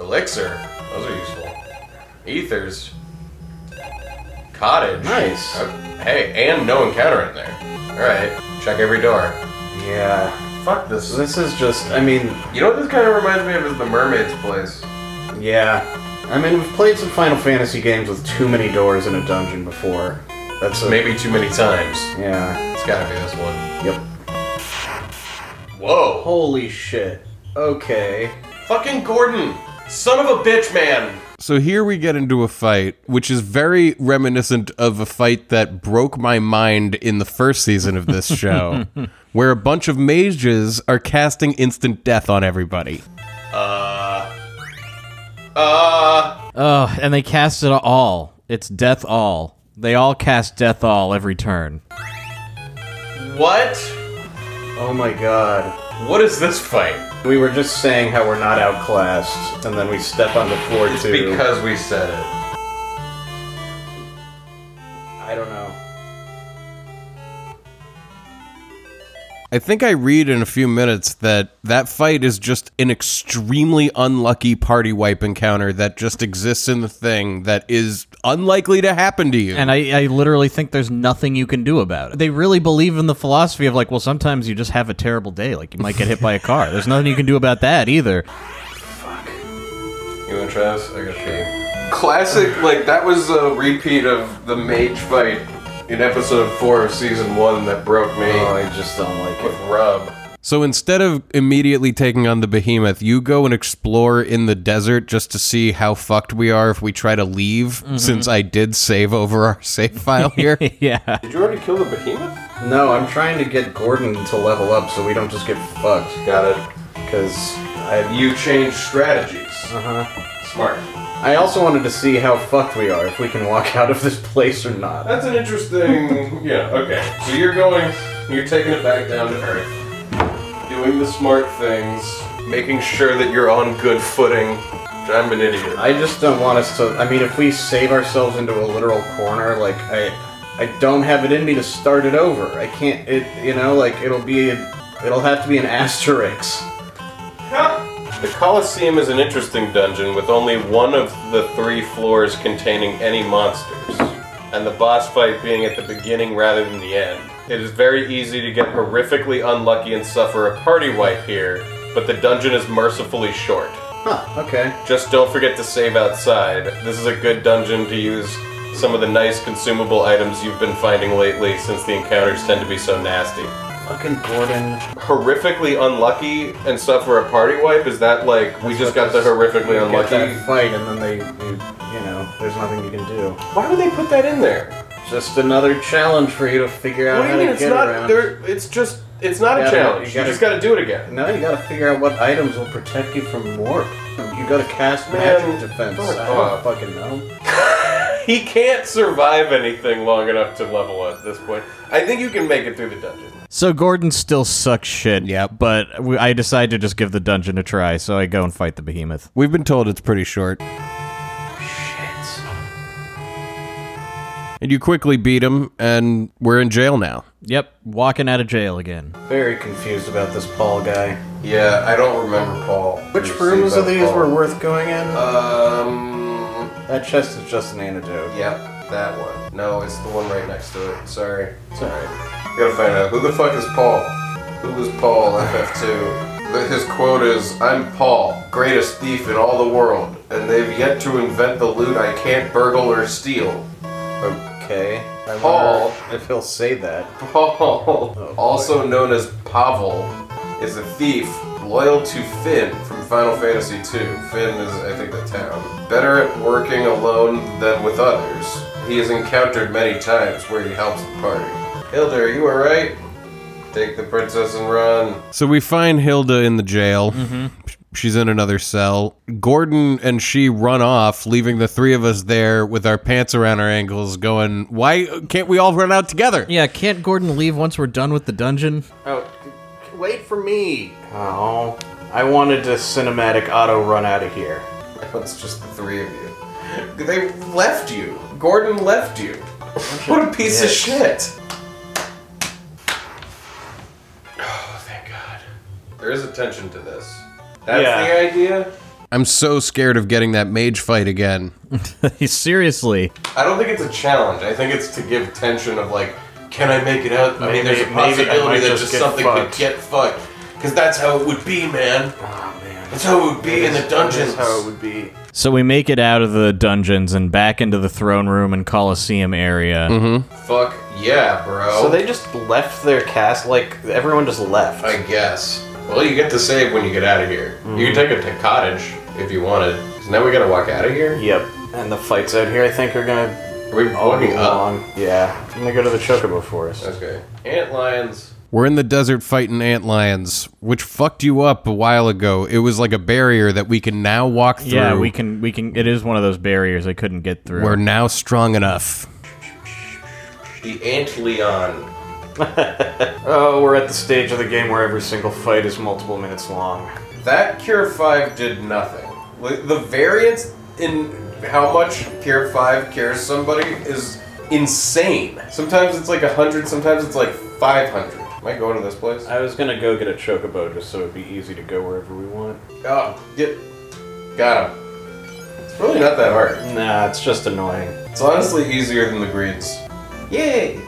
Speaker 4: Elixir. Those are useful. Ethers. Cottage.
Speaker 6: Nice.
Speaker 4: Uh, Hey, and no encounter in there. Alright. Check every door.
Speaker 6: Yeah.
Speaker 4: Fuck this.
Speaker 6: This is just. I mean,
Speaker 4: You know what this kind of reminds me of is the mermaid's place.
Speaker 6: yeah. I mean, we've played some Final Fantasy games with too many doors in a dungeon before. That's a,
Speaker 4: Maybe too many times.
Speaker 6: Yeah.
Speaker 4: It's gotta be this one.
Speaker 6: Yep.
Speaker 4: Whoa.
Speaker 6: Holy shit. Okay.
Speaker 4: Fucking Gordon! Son of a bitch, man!
Speaker 3: So here we get into a fight, which is very reminiscent of a fight that broke my mind in the first season of this show, where a bunch of mages are casting instant death on everybody.
Speaker 4: Uh.
Speaker 7: Oh, and they cast it all. It's death all. They all cast death all every turn.
Speaker 4: What?
Speaker 6: Oh my god.
Speaker 4: What is this fight?
Speaker 6: We were just saying how we're not outclassed, and then we step on the floor too.
Speaker 4: Because we said it.
Speaker 6: I don't know.
Speaker 3: I think I read in a few minutes that that fight is just an extremely unlucky party wipe encounter that just exists in the thing that is unlikely to happen to you.
Speaker 7: And I, I literally think there's nothing you can do about it. They really believe in the philosophy of like, well, sometimes you just have a terrible day. Like you might get hit by a car. There's nothing you can do about that either.
Speaker 4: You want to try this? I got pee. Classic, like, that was a repeat of the mage fight in episode 4 of season 1 that broke me
Speaker 6: Oh, I just don't like
Speaker 4: with
Speaker 6: it.
Speaker 4: Rub.
Speaker 3: so instead of immediately taking on the behemoth, you go and explore in the desert just to see how fucked we are if we try to leave, since I did save over our save file here.
Speaker 7: yeah.
Speaker 4: Did you already kill the behemoth?
Speaker 6: No, I'm trying to get Gordon to level up so we don't just get fucked.
Speaker 4: Got it.
Speaker 6: Because I,
Speaker 4: You changed strategies. Uh huh. Smart.
Speaker 6: I also wanted to see how fucked we are, if we can walk (laughs) out of this place or not.
Speaker 4: That's an interesting. yeah, okay. So you're going, you're taking it back down to earth, doing the smart things, making sure that you're on good footing. I'm an idiot.
Speaker 6: I just don't want us to. I mean, if we save ourselves into a literal corner, like I, I don't have it in me to start it over. I can't. It, you know, like it'll be, it'll have to be an asterisk.
Speaker 4: The Colosseum is an interesting dungeon with only one of the three floors containing any monsters, and the boss fight being at the beginning rather than the end. It is very easy to get horrifically unlucky and suffer a party wipe here, but the dungeon is mercifully short.
Speaker 6: Huh? Okay.
Speaker 4: Just don't forget to save outside. This is a good dungeon to use some of the nice consumable items you've been finding lately since the encounters tend to be so nasty.
Speaker 6: Fucking Gordon.
Speaker 4: Horrifically unlucky and suffer a party wipe? Is that like we just got the horrifically
Speaker 6: You get
Speaker 4: unlucky?
Speaker 6: that fight, and then they, you, you know, there's nothing you can do.
Speaker 4: Why would they put that in there?
Speaker 6: Just another challenge for you to figure out
Speaker 4: What do
Speaker 6: how
Speaker 4: you mean
Speaker 6: to
Speaker 4: it's
Speaker 6: get
Speaker 4: not
Speaker 6: around.
Speaker 4: there it's just it's not
Speaker 6: Yeah,
Speaker 4: a challenge. You
Speaker 6: you gotta-
Speaker 4: just gotta do it again. (laughs)
Speaker 6: No, you gotta figure out what items will protect you from morph. You gotta cast
Speaker 4: Man,
Speaker 6: magic defense. Oh,
Speaker 4: fuck
Speaker 6: I don't
Speaker 4: off.
Speaker 6: fucking know.
Speaker 4: He can't survive anything long enough to level up at this point. I think you can make it through the dungeon.
Speaker 7: So Gordon still sucks shit.
Speaker 3: Yep.
Speaker 7: But we, I decide to just give the dungeon a try. So I go and fight the behemoth.
Speaker 3: We've been told it's pretty short.
Speaker 6: Shit.
Speaker 3: And you quickly beat him, and we're in jail now.
Speaker 7: Yep. Walking out of jail again.
Speaker 6: Very confused about this Paul guy.
Speaker 4: Yeah, I don't remember Paul.
Speaker 6: Which rooms of these were worth going in?
Speaker 4: Um,
Speaker 6: that chest is just an antidote.
Speaker 4: yep, that one. No, it's the one right next to it. Sorry. It's alright. Gotta find out who the fuck is Paul. Who is Paul FF2? The- His quote is, "I'm Paul, greatest thief in all the world, and they've yet to invent the loot I can't burgle or steal."
Speaker 6: Okay. I wonder
Speaker 4: Paul.
Speaker 6: If he'll say that.
Speaker 4: Paul,
Speaker 6: boy.
Speaker 4: (laughs) also known as Pavel, is a thief loyal to Finn from Final Fantasy II. Finn is, I think, the town. Better at working alone than with others. He is encountered many times where he helps the party. Hilda, are you alright? Take the princess and run.
Speaker 3: So we find Hilda in the jail. She's in another cell. Gordon and she run off, leaving the three of us there with our pants around our ankles, going, Why can't we all run out together?
Speaker 7: Yeah, can't Gordon leave once we're done with the dungeon? (laughs)
Speaker 6: Oh, wait for me. Oh, I wanted to cinematic auto run out of here.
Speaker 4: It's just the three of you. They left you. Gordon left you. What a piece of shit. Oh, thank God. There is attention to this. That's
Speaker 6: Yeah.
Speaker 4: the idea.
Speaker 3: I'm so scared of getting that mage fight again.
Speaker 7: Seriously.
Speaker 4: I don't think it's a challenge. I think it's to give tension of like, can I make it out? I mean,
Speaker 6: Maybe-
Speaker 4: there's a
Speaker 6: maybe I
Speaker 4: possibility
Speaker 6: might
Speaker 4: that
Speaker 6: just
Speaker 4: just
Speaker 6: get
Speaker 4: something
Speaker 6: fucked.
Speaker 4: could get fucked. Because that's how it would be, man.
Speaker 6: Oh man.
Speaker 4: That's how it would be in the dungeons.
Speaker 6: That's how it would be.
Speaker 7: So we make it out of the dungeons and back into the throne room and Colosseum area.
Speaker 4: Fuck yeah, bro.
Speaker 6: So they just left their cast. Like everyone just left.
Speaker 4: I guess. Well, you get to save when you get out of here. You can
Speaker 7: Mm-hmm.
Speaker 4: take it to cottage if you wanted. So now we gotta walk out of here.
Speaker 6: yep. And the fights out here, I think, are gonna
Speaker 4: Are we
Speaker 7: Oh,
Speaker 6: all be
Speaker 4: walking up?
Speaker 6: long. Yeah. I'm gonna go to the chocobo
Speaker 7: uh,
Speaker 6: forest.
Speaker 4: Okay. Ant lions.
Speaker 3: We're in the desert fighting ant lions, which fucked you up a while ago. It was like a barrier that we can now walk through.
Speaker 7: Yeah, we can we can it is one of those barriers I couldn't get through.
Speaker 3: We're now strong enough.
Speaker 4: The ant leon.
Speaker 6: Oh, we're at the stage of the game where every single fight is multiple minutes long.
Speaker 4: That Cure 5 did nothing. Like, The variance in how much Cure 5 cures somebody is insane. Sometimes it's like 100, sometimes it's like 500. Am I going to this place?
Speaker 6: I was gonna go get a chocobo just so it'd be easy to go wherever we want.
Speaker 4: Oh, get. Got him. It's really not that hard.
Speaker 6: Nah, it's just annoying.
Speaker 4: It's honestly easier than the greens. Yay!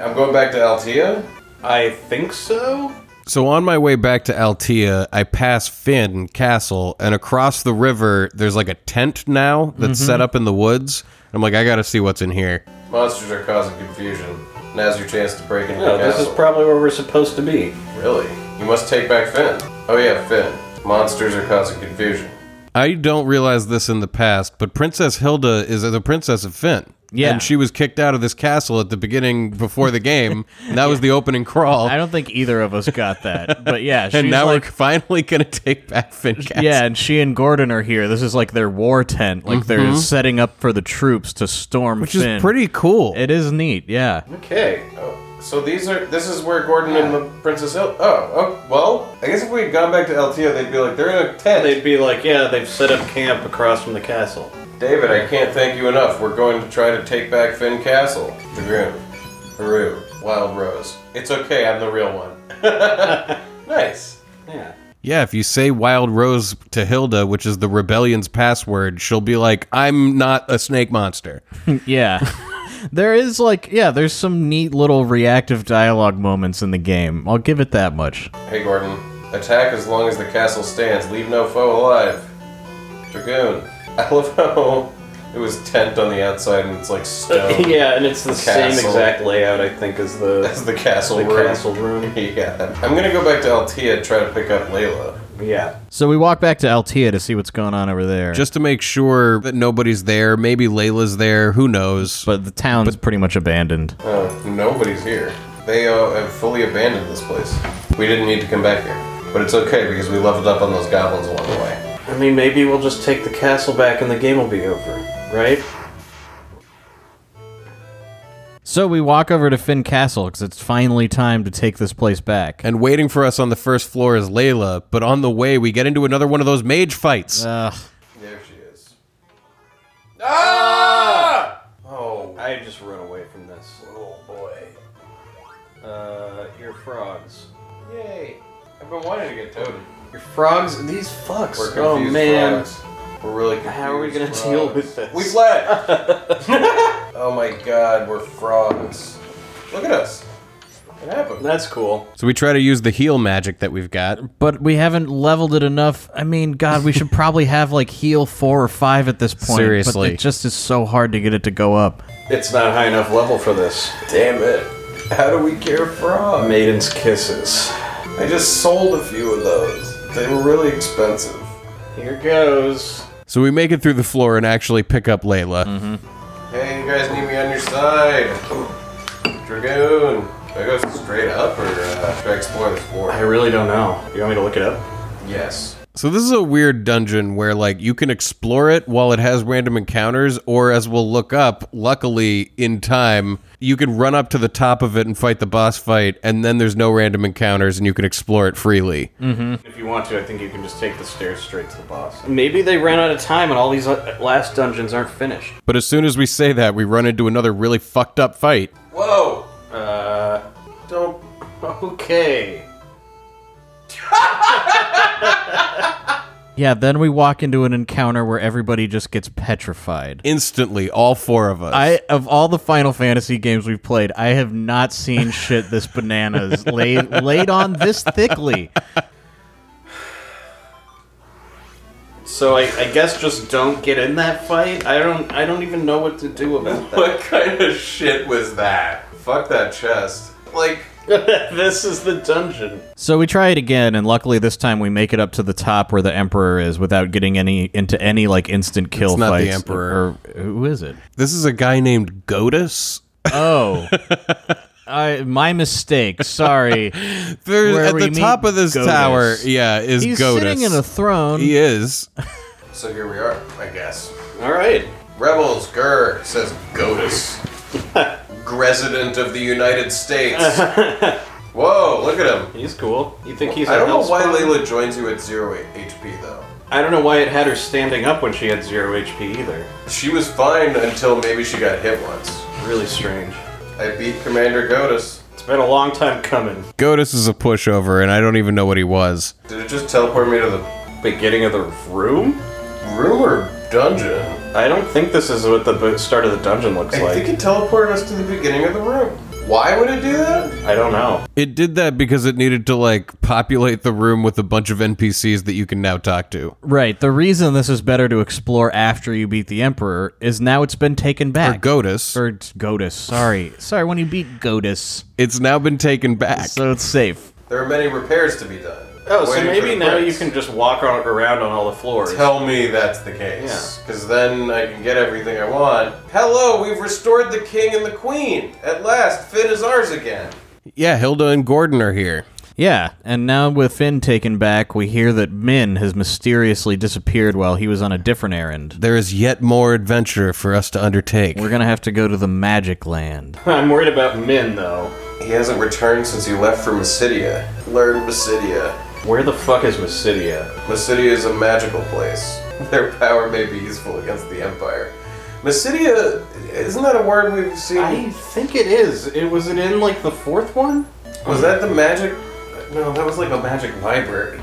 Speaker 4: I'm going back to Altea.
Speaker 6: I think so.
Speaker 3: So on my way back to Altea, I pass Finn Castle, and across the river, there's like a tent now that's set up in the woods. I'm like, I gotta see what's in here.
Speaker 4: Monsters are causing confusion. Now's your chance to break into
Speaker 6: No,
Speaker 4: the
Speaker 6: this
Speaker 4: castle.
Speaker 6: is probably where we're supposed to be.
Speaker 4: Really? You must take back Finn. Oh yeah, Finn. Monsters are causing confusion.
Speaker 3: I don't realize this in the past, but Princess Hilda is the princess of Finn.
Speaker 7: Yeah.
Speaker 3: And she was kicked out of this castle at the beginning before the game. and that was the opening crawl.
Speaker 7: I don't think either of us
Speaker 3: (laughs)
Speaker 7: got that. But yeah, she's
Speaker 3: And now
Speaker 7: like
Speaker 3: we're finally gonna take back Finn Castle.
Speaker 7: Yeah, and she and Gordon are here. This is like their war tent. Like they're setting up for the troops to storm
Speaker 3: Mm-hmm. Which is
Speaker 7: Finn.
Speaker 3: pretty cool.
Speaker 7: It is neat, yeah.
Speaker 4: Okay. Oh, so these are. This is where Gordon and the Princess Hill. Oh, oh. Well, I guess if we had gone back to Altea, they'd be like, they're in a tent.
Speaker 6: They'd be like, yeah, they've set up camp across from the castle.
Speaker 4: David, I can't thank you enough. We're going to try to take back Finn Castle. The groom. Haru. Wild Rose. It's okay. I'm the real one. (laughs) nice.
Speaker 6: Yeah.
Speaker 3: Yeah, if you say Wild Rose to Hilda, which is the rebellion's password, she'll be like, I'm not a snake monster. (laughs)
Speaker 7: Yeah. (laughs) there is like yeah, there's some neat little reactive dialogue moments in the game. I'll give it that much.
Speaker 4: Hey, Gordon. Attack as long as the castle stands. Leave no foe alive. Dragoon. (laughs) I love how it was tent on the outside and it's like stone.
Speaker 6: (laughs) yeah, and it's the same
Speaker 4: Castle.
Speaker 6: exact layout, I think, as
Speaker 4: That's
Speaker 6: the,
Speaker 4: the castle
Speaker 6: the
Speaker 4: room.
Speaker 6: castle room.
Speaker 4: (laughs) Yeah. I'm gonna go back to Altea and try to pick up Layla.
Speaker 6: Yeah.
Speaker 7: So we walk back to Altea to see what's going on over there.
Speaker 3: Just to make sure that nobody's there. Maybe Layla's there. Who knows?
Speaker 7: but the town's pretty much abandoned.
Speaker 4: Oh, nobody's here. They uh, have fully abandoned this place. We didn't need to come back here. But it's okay because we leveled up on those goblins along the way.
Speaker 6: I mean, maybe we'll just take the castle back and the game will be over, right?
Speaker 7: So we walk over to Finn Castle because it's finally time to take this place back.
Speaker 3: and waiting for us on the first floor is Layla. But on the way, we get into another one of those mage fights.
Speaker 7: Ugh.
Speaker 4: There she is. Ah! Oh,
Speaker 6: I just run away from this.
Speaker 4: oh boy.
Speaker 6: Uh, your frogs.
Speaker 4: Yay. I've been wanting to get toted.
Speaker 6: Your frogs? These fucks.
Speaker 4: We're confused.
Speaker 6: oh, man.
Speaker 4: frogs. We're really confused.
Speaker 6: How are we gonna
Speaker 4: frogs.
Speaker 6: deal with this?
Speaker 4: We
Speaker 6: (laughs)
Speaker 4: fled! oh my god, we're frogs. Look at us. It happened.
Speaker 6: That's cool.
Speaker 3: So we try to use the heal magic that we've got.
Speaker 7: But we haven't leveled it enough. I mean, God, we
Speaker 3: (laughs)
Speaker 7: should probably have like heal four or five at this point.
Speaker 3: Seriously.
Speaker 7: But it just is so hard to get it to go up.
Speaker 6: It's not high enough level for this.
Speaker 4: Damn it. How do we cure frogs?
Speaker 6: Maiden's kisses.
Speaker 4: I just sold a few of those. They were really expensive.
Speaker 6: Here goes.
Speaker 3: So we make it through the floor and actually pick up Layla.
Speaker 4: Mm-hmm. Hey, you guys need me on your side. Dragoon. Do I go straight up or uh, should I explore the floor?
Speaker 6: I really don't know. You want me to look it up?
Speaker 4: Yes.
Speaker 3: So this is a weird dungeon where like you can explore it while it has random encounters or as we'll look up luckily in time you can run up to the top of it and fight the boss fight and then there's no random encounters and you can explore it freely.
Speaker 6: If you want to, I think you can just take the stairs straight to the boss. Maybe they ran out of time and all these uh, last dungeons aren't finished.
Speaker 3: But as soon as we say that we run into another really fucked up fight.
Speaker 4: Whoa!
Speaker 6: Uh,
Speaker 4: Don't.
Speaker 6: (laughs) okay.
Speaker 7: Yeah, then we walk into an encounter where everybody just gets petrified.
Speaker 3: Instantly all four of us.
Speaker 7: I of all the Final Fantasy games we've played, I have
Speaker 3: (laughs)
Speaker 7: not seen shit this bananas laid laid on this thickly.
Speaker 6: So I, I guess just don't get in that fight. I don't. I don't even know what to do
Speaker 4: (laughs)
Speaker 6: about that.
Speaker 4: What kind of shit was that? Fuck that chest. Like,
Speaker 6: this is the dungeon.
Speaker 7: So we try it again, and luckily this time we make it up to the top where the Emperor is without getting any into any like instant kill
Speaker 3: not the
Speaker 7: fights.
Speaker 3: Emperor.
Speaker 7: Or, who is it?
Speaker 3: this is a guy named Godus.
Speaker 7: Oh. (laughs) I, my mistake. Sorry.
Speaker 3: There's
Speaker 7: Where
Speaker 3: at
Speaker 7: we
Speaker 3: the
Speaker 7: meet
Speaker 3: top of this
Speaker 7: Godus.
Speaker 3: tower, yeah, is
Speaker 7: He's
Speaker 3: Godus.
Speaker 7: sitting in a throne.
Speaker 3: he is.
Speaker 4: so here we are, I guess.
Speaker 6: All right.
Speaker 4: Rebels, grr, says Godus. Resident of the United
Speaker 6: (laughs)
Speaker 4: States. Whoa, look at him.
Speaker 6: He's cool. You think he's?
Speaker 4: I
Speaker 6: a
Speaker 4: don't know why
Speaker 6: hellspawn?
Speaker 4: Layla joins you at zero HP though.
Speaker 6: I don't know why it had her standing up when she had zero HP either.
Speaker 4: She was fine until maybe she got hit once.
Speaker 6: Really strange.
Speaker 4: I beat Commander Godus.
Speaker 6: It's been a long time coming.
Speaker 3: Godus is a pushover and I don't even know what he was.
Speaker 4: Did it just teleport me to the
Speaker 6: Beginning of the room?
Speaker 4: room or dungeon?
Speaker 6: I don't think this is what the bo- start of the dungeon looks
Speaker 4: I
Speaker 6: like.
Speaker 4: think it teleported us to the beginning of the room. Why would it do that?
Speaker 6: I don't know.
Speaker 3: It did that because it needed to like populate the room with a bunch of NPCs that you can now talk to.
Speaker 7: Right. The reason this is better to explore after you beat the Emperor is now it's been taken
Speaker 3: Or
Speaker 7: back.
Speaker 3: Godus.
Speaker 7: Or it's Godus. Sorry. Sorry, when you beat Godus.
Speaker 3: it's now been taken back.
Speaker 7: So it's safe.
Speaker 4: There are many repairs to be done.
Speaker 6: Oh, so
Speaker 4: Waiting for
Speaker 6: maybe
Speaker 4: the
Speaker 6: now you
Speaker 4: prince.
Speaker 6: can just walk on, around on all the floors.
Speaker 4: Tell me that's the case. Because then I can get everything I want. Hello, we've restored the king and the queen. At last, Finn is ours again.
Speaker 3: yeah, Hilda and Gordon are here.
Speaker 7: Yeah, and now with Finn taken back, we hear that Min has mysteriously disappeared while he was on a different errand.
Speaker 3: There is yet more adventure for us to undertake.
Speaker 7: We're gonna have to go to the magic land.
Speaker 6: I'm worried about Min though.
Speaker 4: He hasn't returned since he left for Mysidia. Learn Mysidia.
Speaker 6: Where the fuck is Mysidia?
Speaker 4: Mysidia is a magical place. (laughs) Their power may be useful against the Empire. Mysidia, isn't that a word we've seen?
Speaker 6: I think it is. It was it in like the fourth one?
Speaker 4: Was that the magic? No, that was like a magic library.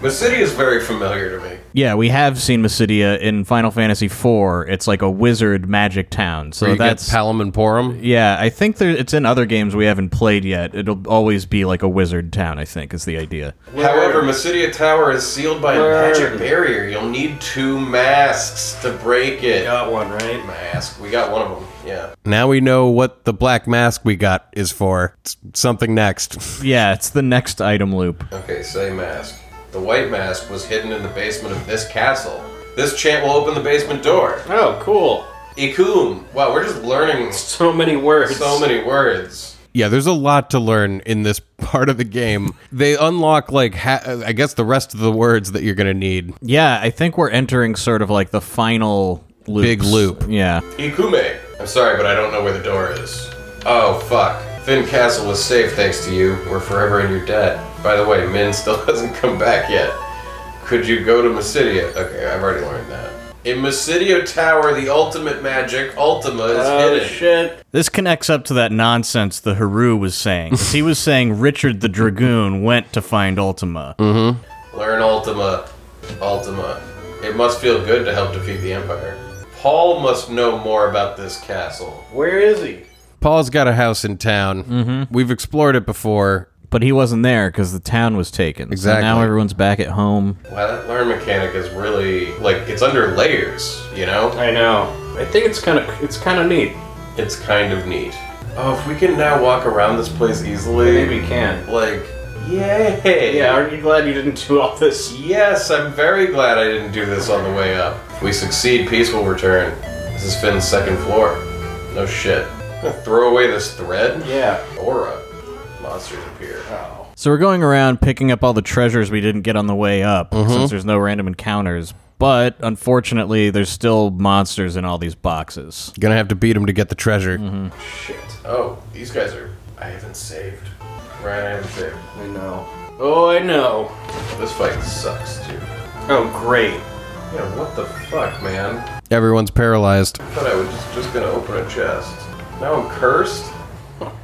Speaker 4: Mysidia is very familiar to me.
Speaker 7: Yeah, we have seen Mysidia in Final Fantasy IV. It's like a wizard magic town. So
Speaker 3: you
Speaker 7: that's
Speaker 3: get Palum and Porum.
Speaker 7: yeah. I think there, it's in other games we haven't played yet. It'll always be like a wizard town. I think is the idea.
Speaker 4: However, Mysidia Tower is sealed by
Speaker 6: Word.
Speaker 4: a magic barrier. You'll need two masks to break it.
Speaker 6: Got one right.
Speaker 4: Mask. We got one of them. Yeah.
Speaker 3: Now we know what the black mask we got is for. It's something next. (laughs)
Speaker 7: Yeah, it's the next item loop.
Speaker 4: Okay, say mask. The white mask was hidden in the basement of this castle. This chant will open the basement door.
Speaker 6: Oh, cool.
Speaker 4: Ikum. Wow, we're just learning
Speaker 6: So many words.
Speaker 4: so many words.
Speaker 3: yeah, there's a lot to learn in this (laughs) part of the game. They unlock like ha- I guess the rest of the words that you're going to need.
Speaker 7: Yeah, I think we're entering sort of like the final loop.
Speaker 3: Big loop.
Speaker 7: Yeah.
Speaker 4: Ikume. I'm sorry, but I don't know where the door is. Oh, fuck. Finn Castle was safe thanks to you. We're forever in your debt. By the way, Min still (laughs) hasn't come back yet. Could you go to Mysidia? Okay, I've already learned that. In Mysidia Tower, the ultimate magic, Ultima, is
Speaker 6: Oh
Speaker 4: hidden.
Speaker 6: shit.
Speaker 7: This connects up to that nonsense the Haru was saying. 'Cause he was saying Richard the Dragoon went to find Ultima.
Speaker 4: Learn Ultima. Ultima. It must feel good to help defeat the Empire. Paul must know more about this castle.
Speaker 6: Where is he?
Speaker 3: Paul's got a house in town. Mm-hmm. We've explored it before.
Speaker 7: But he wasn't there because the town was taken.
Speaker 3: Exactly.
Speaker 7: So now everyone's back at home.
Speaker 4: Wow, that learn mechanic is really, like, it's under layers, you know?
Speaker 6: I know. I think it's kind of it's kind of neat.
Speaker 4: It's kind of neat. Oh, if we can now walk around this place easily,
Speaker 6: Maybe we can.
Speaker 4: like, yay!
Speaker 6: Yeah, aren't you glad you didn't do all this?
Speaker 4: Yes, I'm very glad I didn't do this on the way up. If we succeed, peace will return. This is Finn's second floor. No shit. Throw away this thread.
Speaker 6: Yeah.
Speaker 4: Aura. Monsters appear.
Speaker 6: Oh.
Speaker 7: So we're going around picking up all the treasures we didn't get on the way up
Speaker 4: Mm-hmm.
Speaker 7: since there's no random encounters. But unfortunately, there's still monsters in all these boxes.
Speaker 3: Gonna have to beat him to get the treasure.
Speaker 4: Shit. Oh, these guys are. I haven't saved. Ryan, I haven't saved. I know. Oh, I know. This fight sucks, too.
Speaker 6: Oh, great.
Speaker 4: Yeah, what the fuck, man?
Speaker 3: Everyone's paralyzed.
Speaker 4: I thought I was just, just gonna open a chest. Now I'm cursed?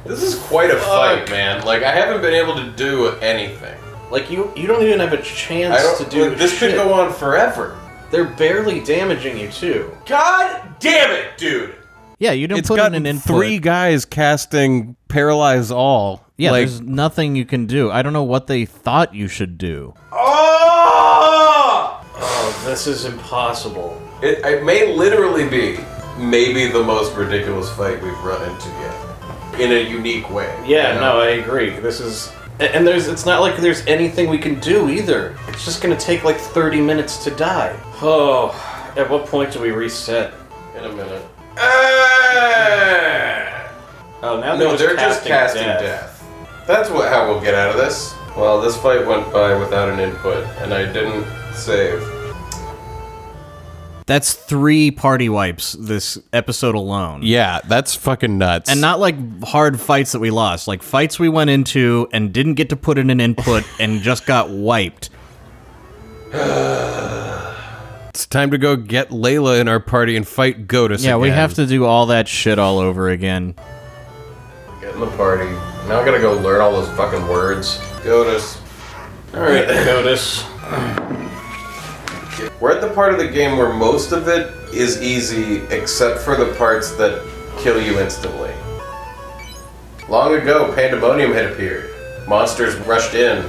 Speaker 4: This is quite a fight, man. Like, I haven't been able to do anything.
Speaker 6: Like you, you don't even have a
Speaker 4: I
Speaker 6: chance
Speaker 4: don't.
Speaker 6: to do
Speaker 4: like, this
Speaker 6: shit.
Speaker 4: could go on forever.
Speaker 6: They're barely damaging you too.
Speaker 4: God damn it, dude!
Speaker 7: Yeah, you didn't
Speaker 3: It's
Speaker 7: put
Speaker 3: got
Speaker 7: in an input.
Speaker 3: three guys casting paralyze all.
Speaker 7: Yeah,
Speaker 3: like
Speaker 7: there's nothing you can do. I don't know what they thought you should do.
Speaker 4: Oh!
Speaker 6: Oh, this is impossible.
Speaker 4: It, it may literally be maybe the most ridiculous fight we've run into yet, in a unique way.
Speaker 6: Yeah,
Speaker 4: you know?
Speaker 6: no, I agree. This is, a- and there's, it's not like there's anything we can do either. It's just gonna take like 30 minutes to die. Oh, at what point do we reset?
Speaker 4: In a minute. Ah!
Speaker 6: Oh, now
Speaker 4: No, they're just casting death. That's what how we'll get out of this. Well, this fight went by without an input, and I didn't save.
Speaker 7: That's three party wipes this episode alone.
Speaker 3: yeah, that's fucking nuts.
Speaker 7: And not like hard fights that we lost, like fights we went into and didn't get to put in
Speaker 4: (laughs)
Speaker 7: an input and just got wiped.
Speaker 3: it's time to go get Layla in our party and fight Godus.
Speaker 7: Yeah, we
Speaker 3: again.
Speaker 7: have to do all that shit all over again.
Speaker 4: Get in the party. Now I gotta go learn all those fucking words. Godus. Alright, Godus. We're at the part of the game where most of it is easy, except for the parts that kill you instantly. Long ago, pandemonium had appeared. Monsters rushed in,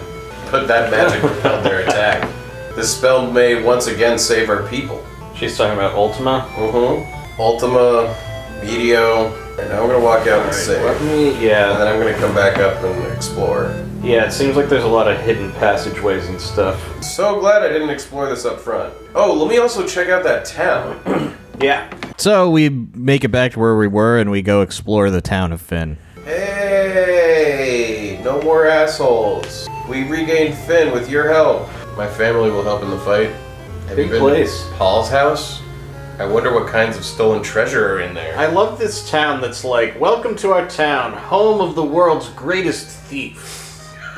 Speaker 4: but that
Speaker 7: (laughs)
Speaker 4: magic repelled their attack. This spell may once again save our people.
Speaker 6: She's talking about Ultima.
Speaker 4: Mm-hmm. Ultima, Medio, and now I'm gonna walk out and save. And
Speaker 6: Yeah,
Speaker 4: then I'm gonna come back up and explore.
Speaker 6: yeah. It seems like there's a lot of hidden passageways and stuff.
Speaker 4: So glad I didn't explore this up front. Oh, let me also check out that town.
Speaker 6: Yeah.
Speaker 7: So we make it back to where we were and we go explore the town of Finn.
Speaker 4: hey, no more assholes. We regained Finn with your help. My family will help in the fight. Have
Speaker 6: Big place.
Speaker 4: to Paul's house? I wonder what kinds of stolen treasure are in there.
Speaker 6: I love this town that's like, welcome to our town, home of the world's greatest thief.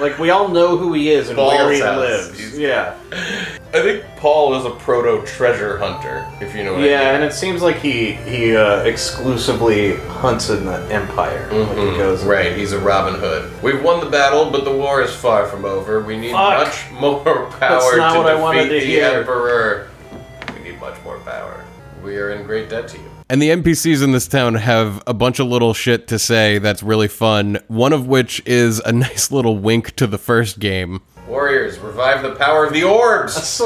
Speaker 6: Like we all know who he is and where
Speaker 4: Ball's
Speaker 6: he
Speaker 4: house.
Speaker 6: lives.
Speaker 4: He's-
Speaker 6: yeah,
Speaker 4: I think Paul is a proto treasure hunter, if you know what
Speaker 6: yeah, and it seems like he he uh, exclusively hunts in the empire. Like he goes
Speaker 4: Mm-hmm. Right, he's a Robin Hood. We've won the battle, but the war is far from over. We need
Speaker 6: Fuck.
Speaker 4: much more (laughs) power
Speaker 6: That's not
Speaker 4: to
Speaker 6: what I wanted
Speaker 4: defeat
Speaker 6: to
Speaker 4: the
Speaker 6: hear.
Speaker 4: Emperor. We need much more power. We are in great debt to you.
Speaker 3: And the NPCs in this town have a bunch of little shit to say that's really fun. One of which is a (laughs) nice little wink to the first game.
Speaker 4: Warriors, revive the power of the
Speaker 6: (laughs)
Speaker 4: orbs!
Speaker 3: (laughs)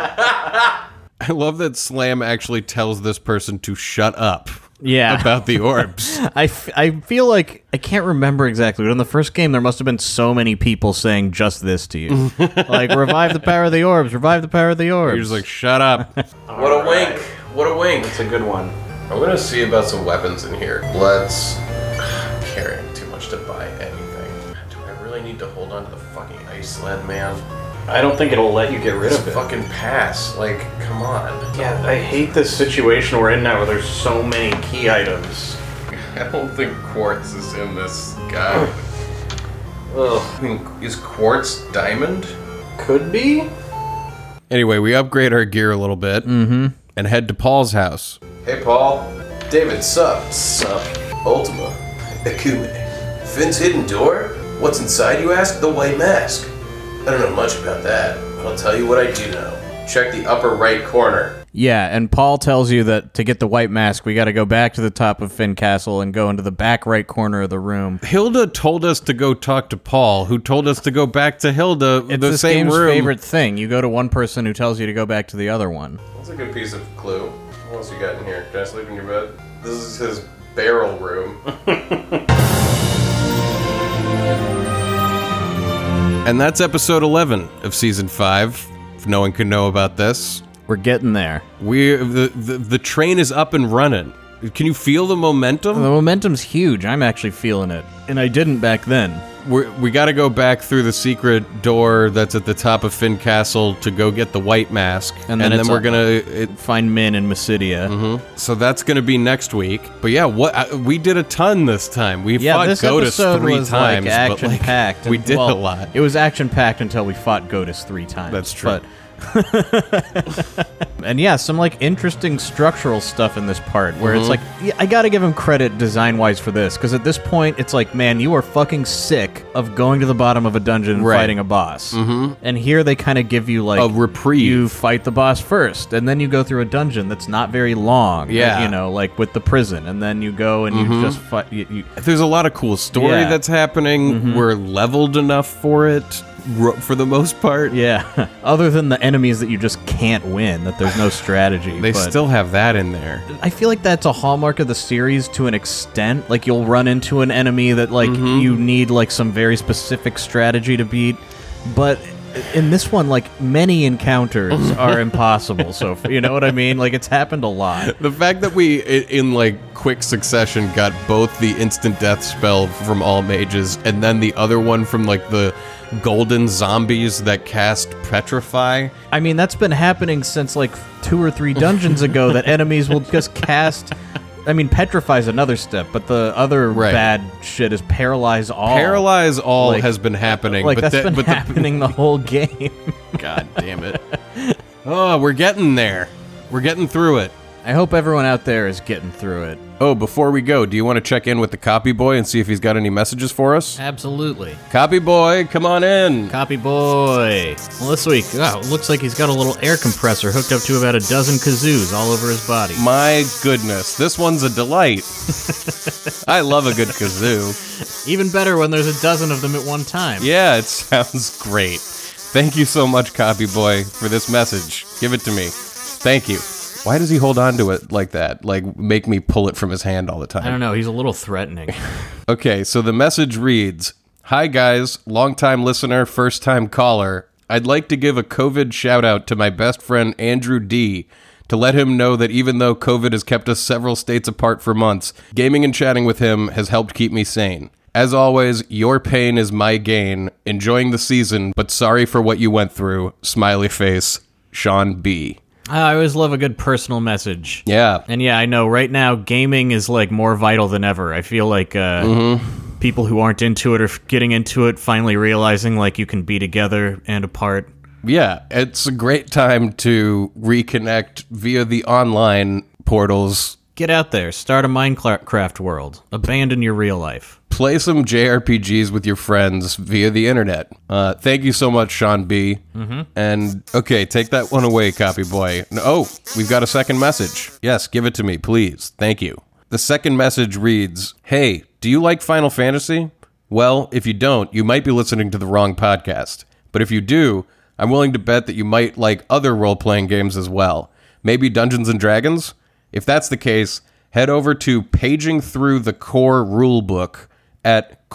Speaker 3: I love that Slam actually tells this person to shut up
Speaker 7: Yeah.
Speaker 3: about the orbs.
Speaker 7: I, f- I feel like I can't remember exactly, but in the first game, there must have been so many people saying just this
Speaker 3: (laughs)
Speaker 7: to you. like, revive the power of the orbs, revive the power of the orbs.
Speaker 3: You're just like, shut up.
Speaker 4: what a wink! What a wink!
Speaker 6: It's a good one.
Speaker 4: I'm gonna see about some weapons in here. Let's. I'm carrying too much to buy anything. Do I really need to hold on to the fucking ice sled, man?
Speaker 6: I don't think it'll let you get rid
Speaker 4: It's a
Speaker 6: of it.
Speaker 4: fucking pass. Like, come on.
Speaker 6: Yeah, I hate this situation we're in now where there's so many key items.
Speaker 4: (laughs) I don't think quartz is in this guy. I
Speaker 6: Ugh.
Speaker 4: think is quartz diamond?
Speaker 6: Could be.
Speaker 3: anyway, we upgrade our gear a little bit
Speaker 7: Mm-hmm.
Speaker 3: and head to Paul's house.
Speaker 4: Hey, Paul. David, sup? Sup. Ultima. Akume. Finn's hidden door? What's inside, you ask? The white mask. I don't know much about that, but I'll tell you what I do know. Check the upper right corner.
Speaker 7: yeah, and Paul tells you that to get the white mask, we got to go back to the top of Finn Castle and go into the back right corner of the room.
Speaker 3: Hilda told us to go talk to Paul, who told us to go back to Hilda,
Speaker 7: It's
Speaker 3: the
Speaker 7: this
Speaker 3: same
Speaker 7: game's
Speaker 3: room.
Speaker 7: favorite thing. You go to one person who tells you to go back to the other one.
Speaker 4: That's a good piece of clue. What else you got in here? Can I sleep in your bed? This is his barrel (laughs) room.
Speaker 3: And that's episode 11 of season 5. If no one can know about this,
Speaker 7: We're getting there.
Speaker 3: We the, the the train is up and running.
Speaker 4: Can you feel the
Speaker 7: The
Speaker 4: momentum?
Speaker 7: momentum's huge. I'm actually feeling it. And I didn't back then.
Speaker 4: We're, we got to go back through the secret door that's at the top of Finn Castle to go get the white mask,
Speaker 7: And then it's
Speaker 4: we're
Speaker 7: a-
Speaker 4: gonna. It,
Speaker 7: Find Min and Mysidia.
Speaker 4: so that's gonna be next week. But yeah, what I, we did a ton this time. We
Speaker 7: Yeah,
Speaker 4: fought
Speaker 7: this
Speaker 4: Godus
Speaker 7: episode
Speaker 4: three
Speaker 7: was
Speaker 4: times,
Speaker 7: like
Speaker 4: but
Speaker 7: action
Speaker 4: like,
Speaker 7: packed.
Speaker 4: we did a lot.
Speaker 7: It was action packed until we fought Godus three times.
Speaker 4: That's true.
Speaker 7: But (laughs) and yeah, some like interesting structural stuff in this part where
Speaker 4: Mm-hmm.
Speaker 7: it's like yeah, I got to give him credit design wise for this because at this point it's like man, you are fucking sick of going to the bottom of a dungeon and
Speaker 4: Right.
Speaker 7: fighting a boss. Mm-hmm. And here they kind of give you like
Speaker 4: A reprieve.
Speaker 7: You fight the boss first, and then you go through a dungeon that's not very long.
Speaker 4: Yeah. Mm-hmm.
Speaker 7: you know, like with the prison, and then you go and you just fight. You, you,
Speaker 4: There's a lot of cool story
Speaker 7: Yeah. Mm-hmm.
Speaker 4: that's happening. We're leveled enough for it, ro- for the most part.
Speaker 7: Yeah. (laughs) Other than the enemies that you just can't win, that there's no strategy.
Speaker 4: They
Speaker 7: but
Speaker 4: still have that in there.
Speaker 7: I feel like that's a hallmark of the series to an extent. Like you'll run into an enemy that like
Speaker 4: Mm-hmm.
Speaker 7: you need like some very specific strategy to beat, but in this one like many
Speaker 4: (laughs)
Speaker 7: encounters are impossible. So f- you know what I mean? Like it's happened a lot.
Speaker 4: The fact that we, i- in like quick succession, got both the instant death spell from all mages and then the other one from like the golden zombies that cast petrify.
Speaker 7: I mean, that's been happening since like two or three dungeons
Speaker 4: (laughs)
Speaker 7: ago that enemies will just cast. I mean, petrify's another step, but the other
Speaker 4: Right.
Speaker 7: bad shit is paralyze all.
Speaker 4: Paralyze all
Speaker 7: Oh, Like-
Speaker 4: has been happening,
Speaker 7: Like
Speaker 4: but
Speaker 7: that's
Speaker 4: that-
Speaker 7: been
Speaker 4: but the-
Speaker 7: happening the, whole
Speaker 8: (laughs)
Speaker 7: game.
Speaker 4: God damn it! Oh, we're getting there. We're getting through it.
Speaker 7: I hope everyone out there is getting through it.
Speaker 4: Oh, before we go, do you want to check in with the copy boy and see if he's got any messages for
Speaker 7: Uh,
Speaker 4: us?
Speaker 8: Absolutely.
Speaker 4: Copy boy, come on in.
Speaker 8: Copy boy. Well, this week, wow, looks like he's got a little air compressor hooked up to about a dozen kazoos all over his body.
Speaker 4: My goodness, this one's a delight. I love a good kazoo.
Speaker 8: Even better when there's a dozen of them at one time.
Speaker 4: Yeah, it sounds great. Thank you so much, Copy Boy, for this message. Give it to me. Thank you. Why does he hold on to it like that? Like, make me pull it from his hand all the
Speaker 8: I don't
Speaker 4: time.
Speaker 8: know, he's a little threatening. (laughs)
Speaker 4: Okay, so the message reads Hi, guys, longtime listener, first time caller. I'd like to give a COVID shout out to my best friend, Andrew D. To let him know that even though COVID has kept us several states apart for months, gaming and chatting with him has helped keep me sane. As always, your pain is my gain. Enjoying the season, but sorry for what you went through. Smiley face, Sean B.
Speaker 8: I always love a good personal message.
Speaker 4: Yeah.
Speaker 8: And yeah, I know right now gaming is like more vital than ever. I feel like uh,
Speaker 7: Mm-hmm.
Speaker 8: people who aren't into it are f- getting into it, finally realizing like you can be together and apart.
Speaker 4: Yeah, it's a great time to reconnect via the online portals.
Speaker 8: Get out there, start a Minecraft world, abandon your real life.
Speaker 4: Play some JRPGs with your friends via the internet. Uh, thank you so much, Sean B. Mm-hmm. And okay, take that one away, Copy Boy. No, oh, we've got a second message. Yes, give it to me, please. Thank you. The second message reads Hey, do you like Final Fantasy? Well, if you don't, you might be listening to the wrong podcast. But if you do, I'm willing to bet that you might like other role playing games as well. Maybe Dungeons and Dragons? If that's the case, head over to paging through the core rulebook at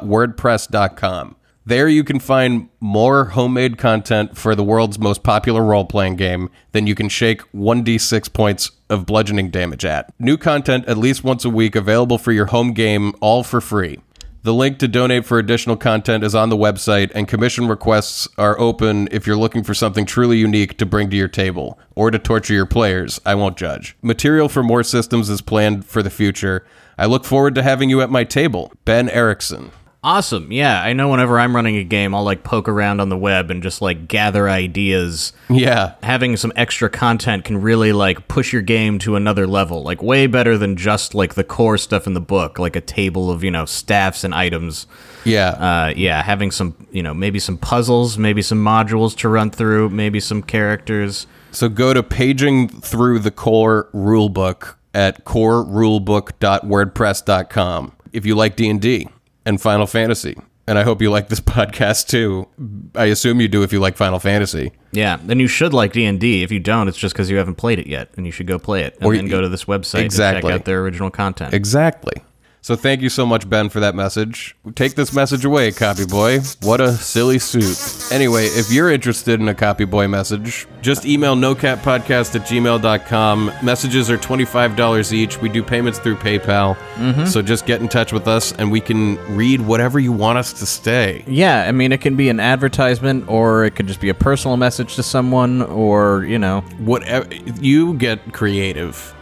Speaker 4: corerulebook.wordpress.com. There you can find more homemade content for the world's most popular role playing game than you can shake 1d6 points of bludgeoning damage at. New content at least once a week available for your home game, all for free. The link to donate for additional content is on the website, and commission requests are open if you're looking for something truly unique to bring to your table or to torture your players. I won't judge. Material for more systems is planned for the future. I look forward to having you at my table. Ben Erickson.
Speaker 8: Awesome. Yeah, I know whenever I'm running a game, I'll like poke around on the web and just like gather ideas.
Speaker 4: Yeah.
Speaker 8: Having some extra content can really like push your game to another level, like way better than just like the core stuff in the book, like a table of, you know, staffs and items.
Speaker 4: Yeah.
Speaker 8: Uh, yeah, having some, you know, maybe some puzzles, maybe some modules to run through, maybe some characters.
Speaker 4: So go to paging through the core rulebook at corerulebook.wordpress.com if you like D&D and Final Fantasy. And I hope you like this (laughs) podcast too. I assume you do if you like Final Fantasy.
Speaker 8: Yeah, then you should like D and D. If you don't, it's just because you haven't played it yet, and you should go play it, and
Speaker 4: Or
Speaker 8: then
Speaker 4: you-
Speaker 8: go to this website and
Speaker 4: Exactly.
Speaker 8: check out their original content.
Speaker 4: Exactly. So thank you so much, Ben, for that message. Take this message away, Copy Boy. What a silly suit. Anyway, if you're interested in a Copy Boy message, just email nocatpodcast at gmail.com. Messages are $25 each. We do payments through PayPal.
Speaker 7: Mm-hmm.
Speaker 4: So just get in touch with us and we can read whatever you want us to stay.
Speaker 7: Yeah, I mean, it can be an advertisement, or it could just be a personal message to someone, or, you know,
Speaker 4: Whatever you get creative.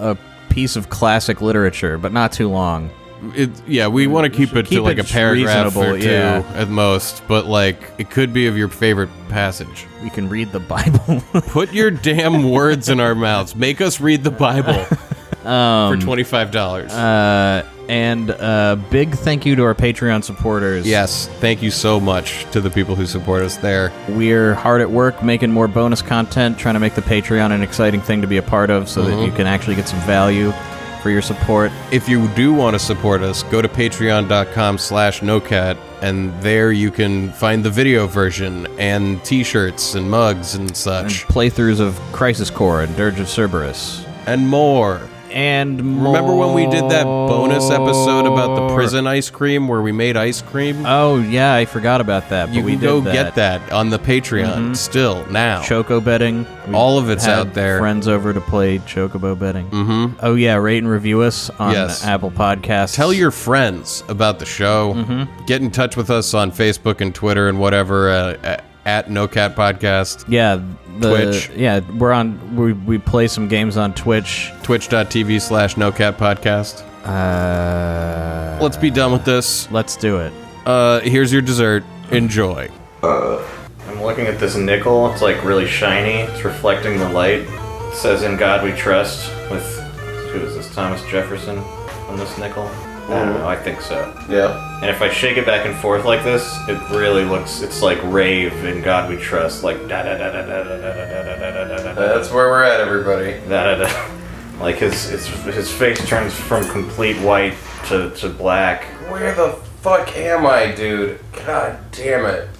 Speaker 7: a piece of classic literature, but not too long.
Speaker 4: it, yeah, we want to keep it
Speaker 7: keep
Speaker 4: to like a
Speaker 7: it
Speaker 4: paragraph or
Speaker 7: reasonable,
Speaker 4: two
Speaker 7: yeah.
Speaker 4: at most, but like it could be of your favorite passage.
Speaker 7: We can read the (laughs) Bible.
Speaker 4: Put your damn words in our mouths. Make us read the Bible for twenty five dollars.
Speaker 7: Um, uh, and uh, big thank you to our Patreon supporters.
Speaker 4: yes, thank you so much to the people who support us there.
Speaker 7: We're hard at work making more bonus content, trying to make the Patreon an exciting thing to be a part of so
Speaker 4: Mm-hmm.
Speaker 7: that you can actually get some value for your support.
Speaker 4: If you do want to support us, go to patreon.com slash nocat, and there you can find the video version and t-shirts and mugs and
Speaker 7: Mm.
Speaker 4: such
Speaker 7: Playthroughs of Crisis Core and Dirge of Cerberus.
Speaker 4: and more.
Speaker 7: And
Speaker 4: Remember when we did that bonus episode about the
Speaker 7: more.
Speaker 4: prison ice cream where we made ice cream?
Speaker 7: Oh, yeah, I forgot about that. But
Speaker 4: you
Speaker 7: we
Speaker 4: can
Speaker 7: did
Speaker 4: go
Speaker 7: that.
Speaker 4: get that on the Patreon still now.
Speaker 7: Choco betting. We
Speaker 4: All of it's
Speaker 7: had
Speaker 4: out there.
Speaker 7: Friends over to play Chocobo betting. Mm-hmm. Oh, yeah, rate and review us on
Speaker 4: Yes.
Speaker 7: Apple Podcasts.
Speaker 4: Tell your friends about the show. Get in touch with us on Facebook and Twitter and whatever uh, at- at No Cat Podcast,
Speaker 7: Yeah, the,
Speaker 4: Twitch.
Speaker 7: Yeah, we're on. We, we play some games on Twitch.
Speaker 4: twitch.tv slash No Cat Podcast.
Speaker 7: Uh,
Speaker 4: Let's be done with this.
Speaker 7: let's do it.
Speaker 4: Uh, here's your dessert. Enjoy.
Speaker 6: I'm looking at this nickel. It's like really shiny. It's reflecting the light. It says "In God We Trust" with who is this? Thomas Jefferson on this nickel. I don't know. I think so.
Speaker 9: Yeah.
Speaker 6: And if I shake it back and forth like this, it really looks. It's like rave in God We Trust. Like da da da da da da da da da da da da da da
Speaker 9: That's where we're at, everybody.
Speaker 6: da da (laughs) da. Like his his his face turns from complete white to to black.
Speaker 9: Where the fuck am I, dude? God damn it.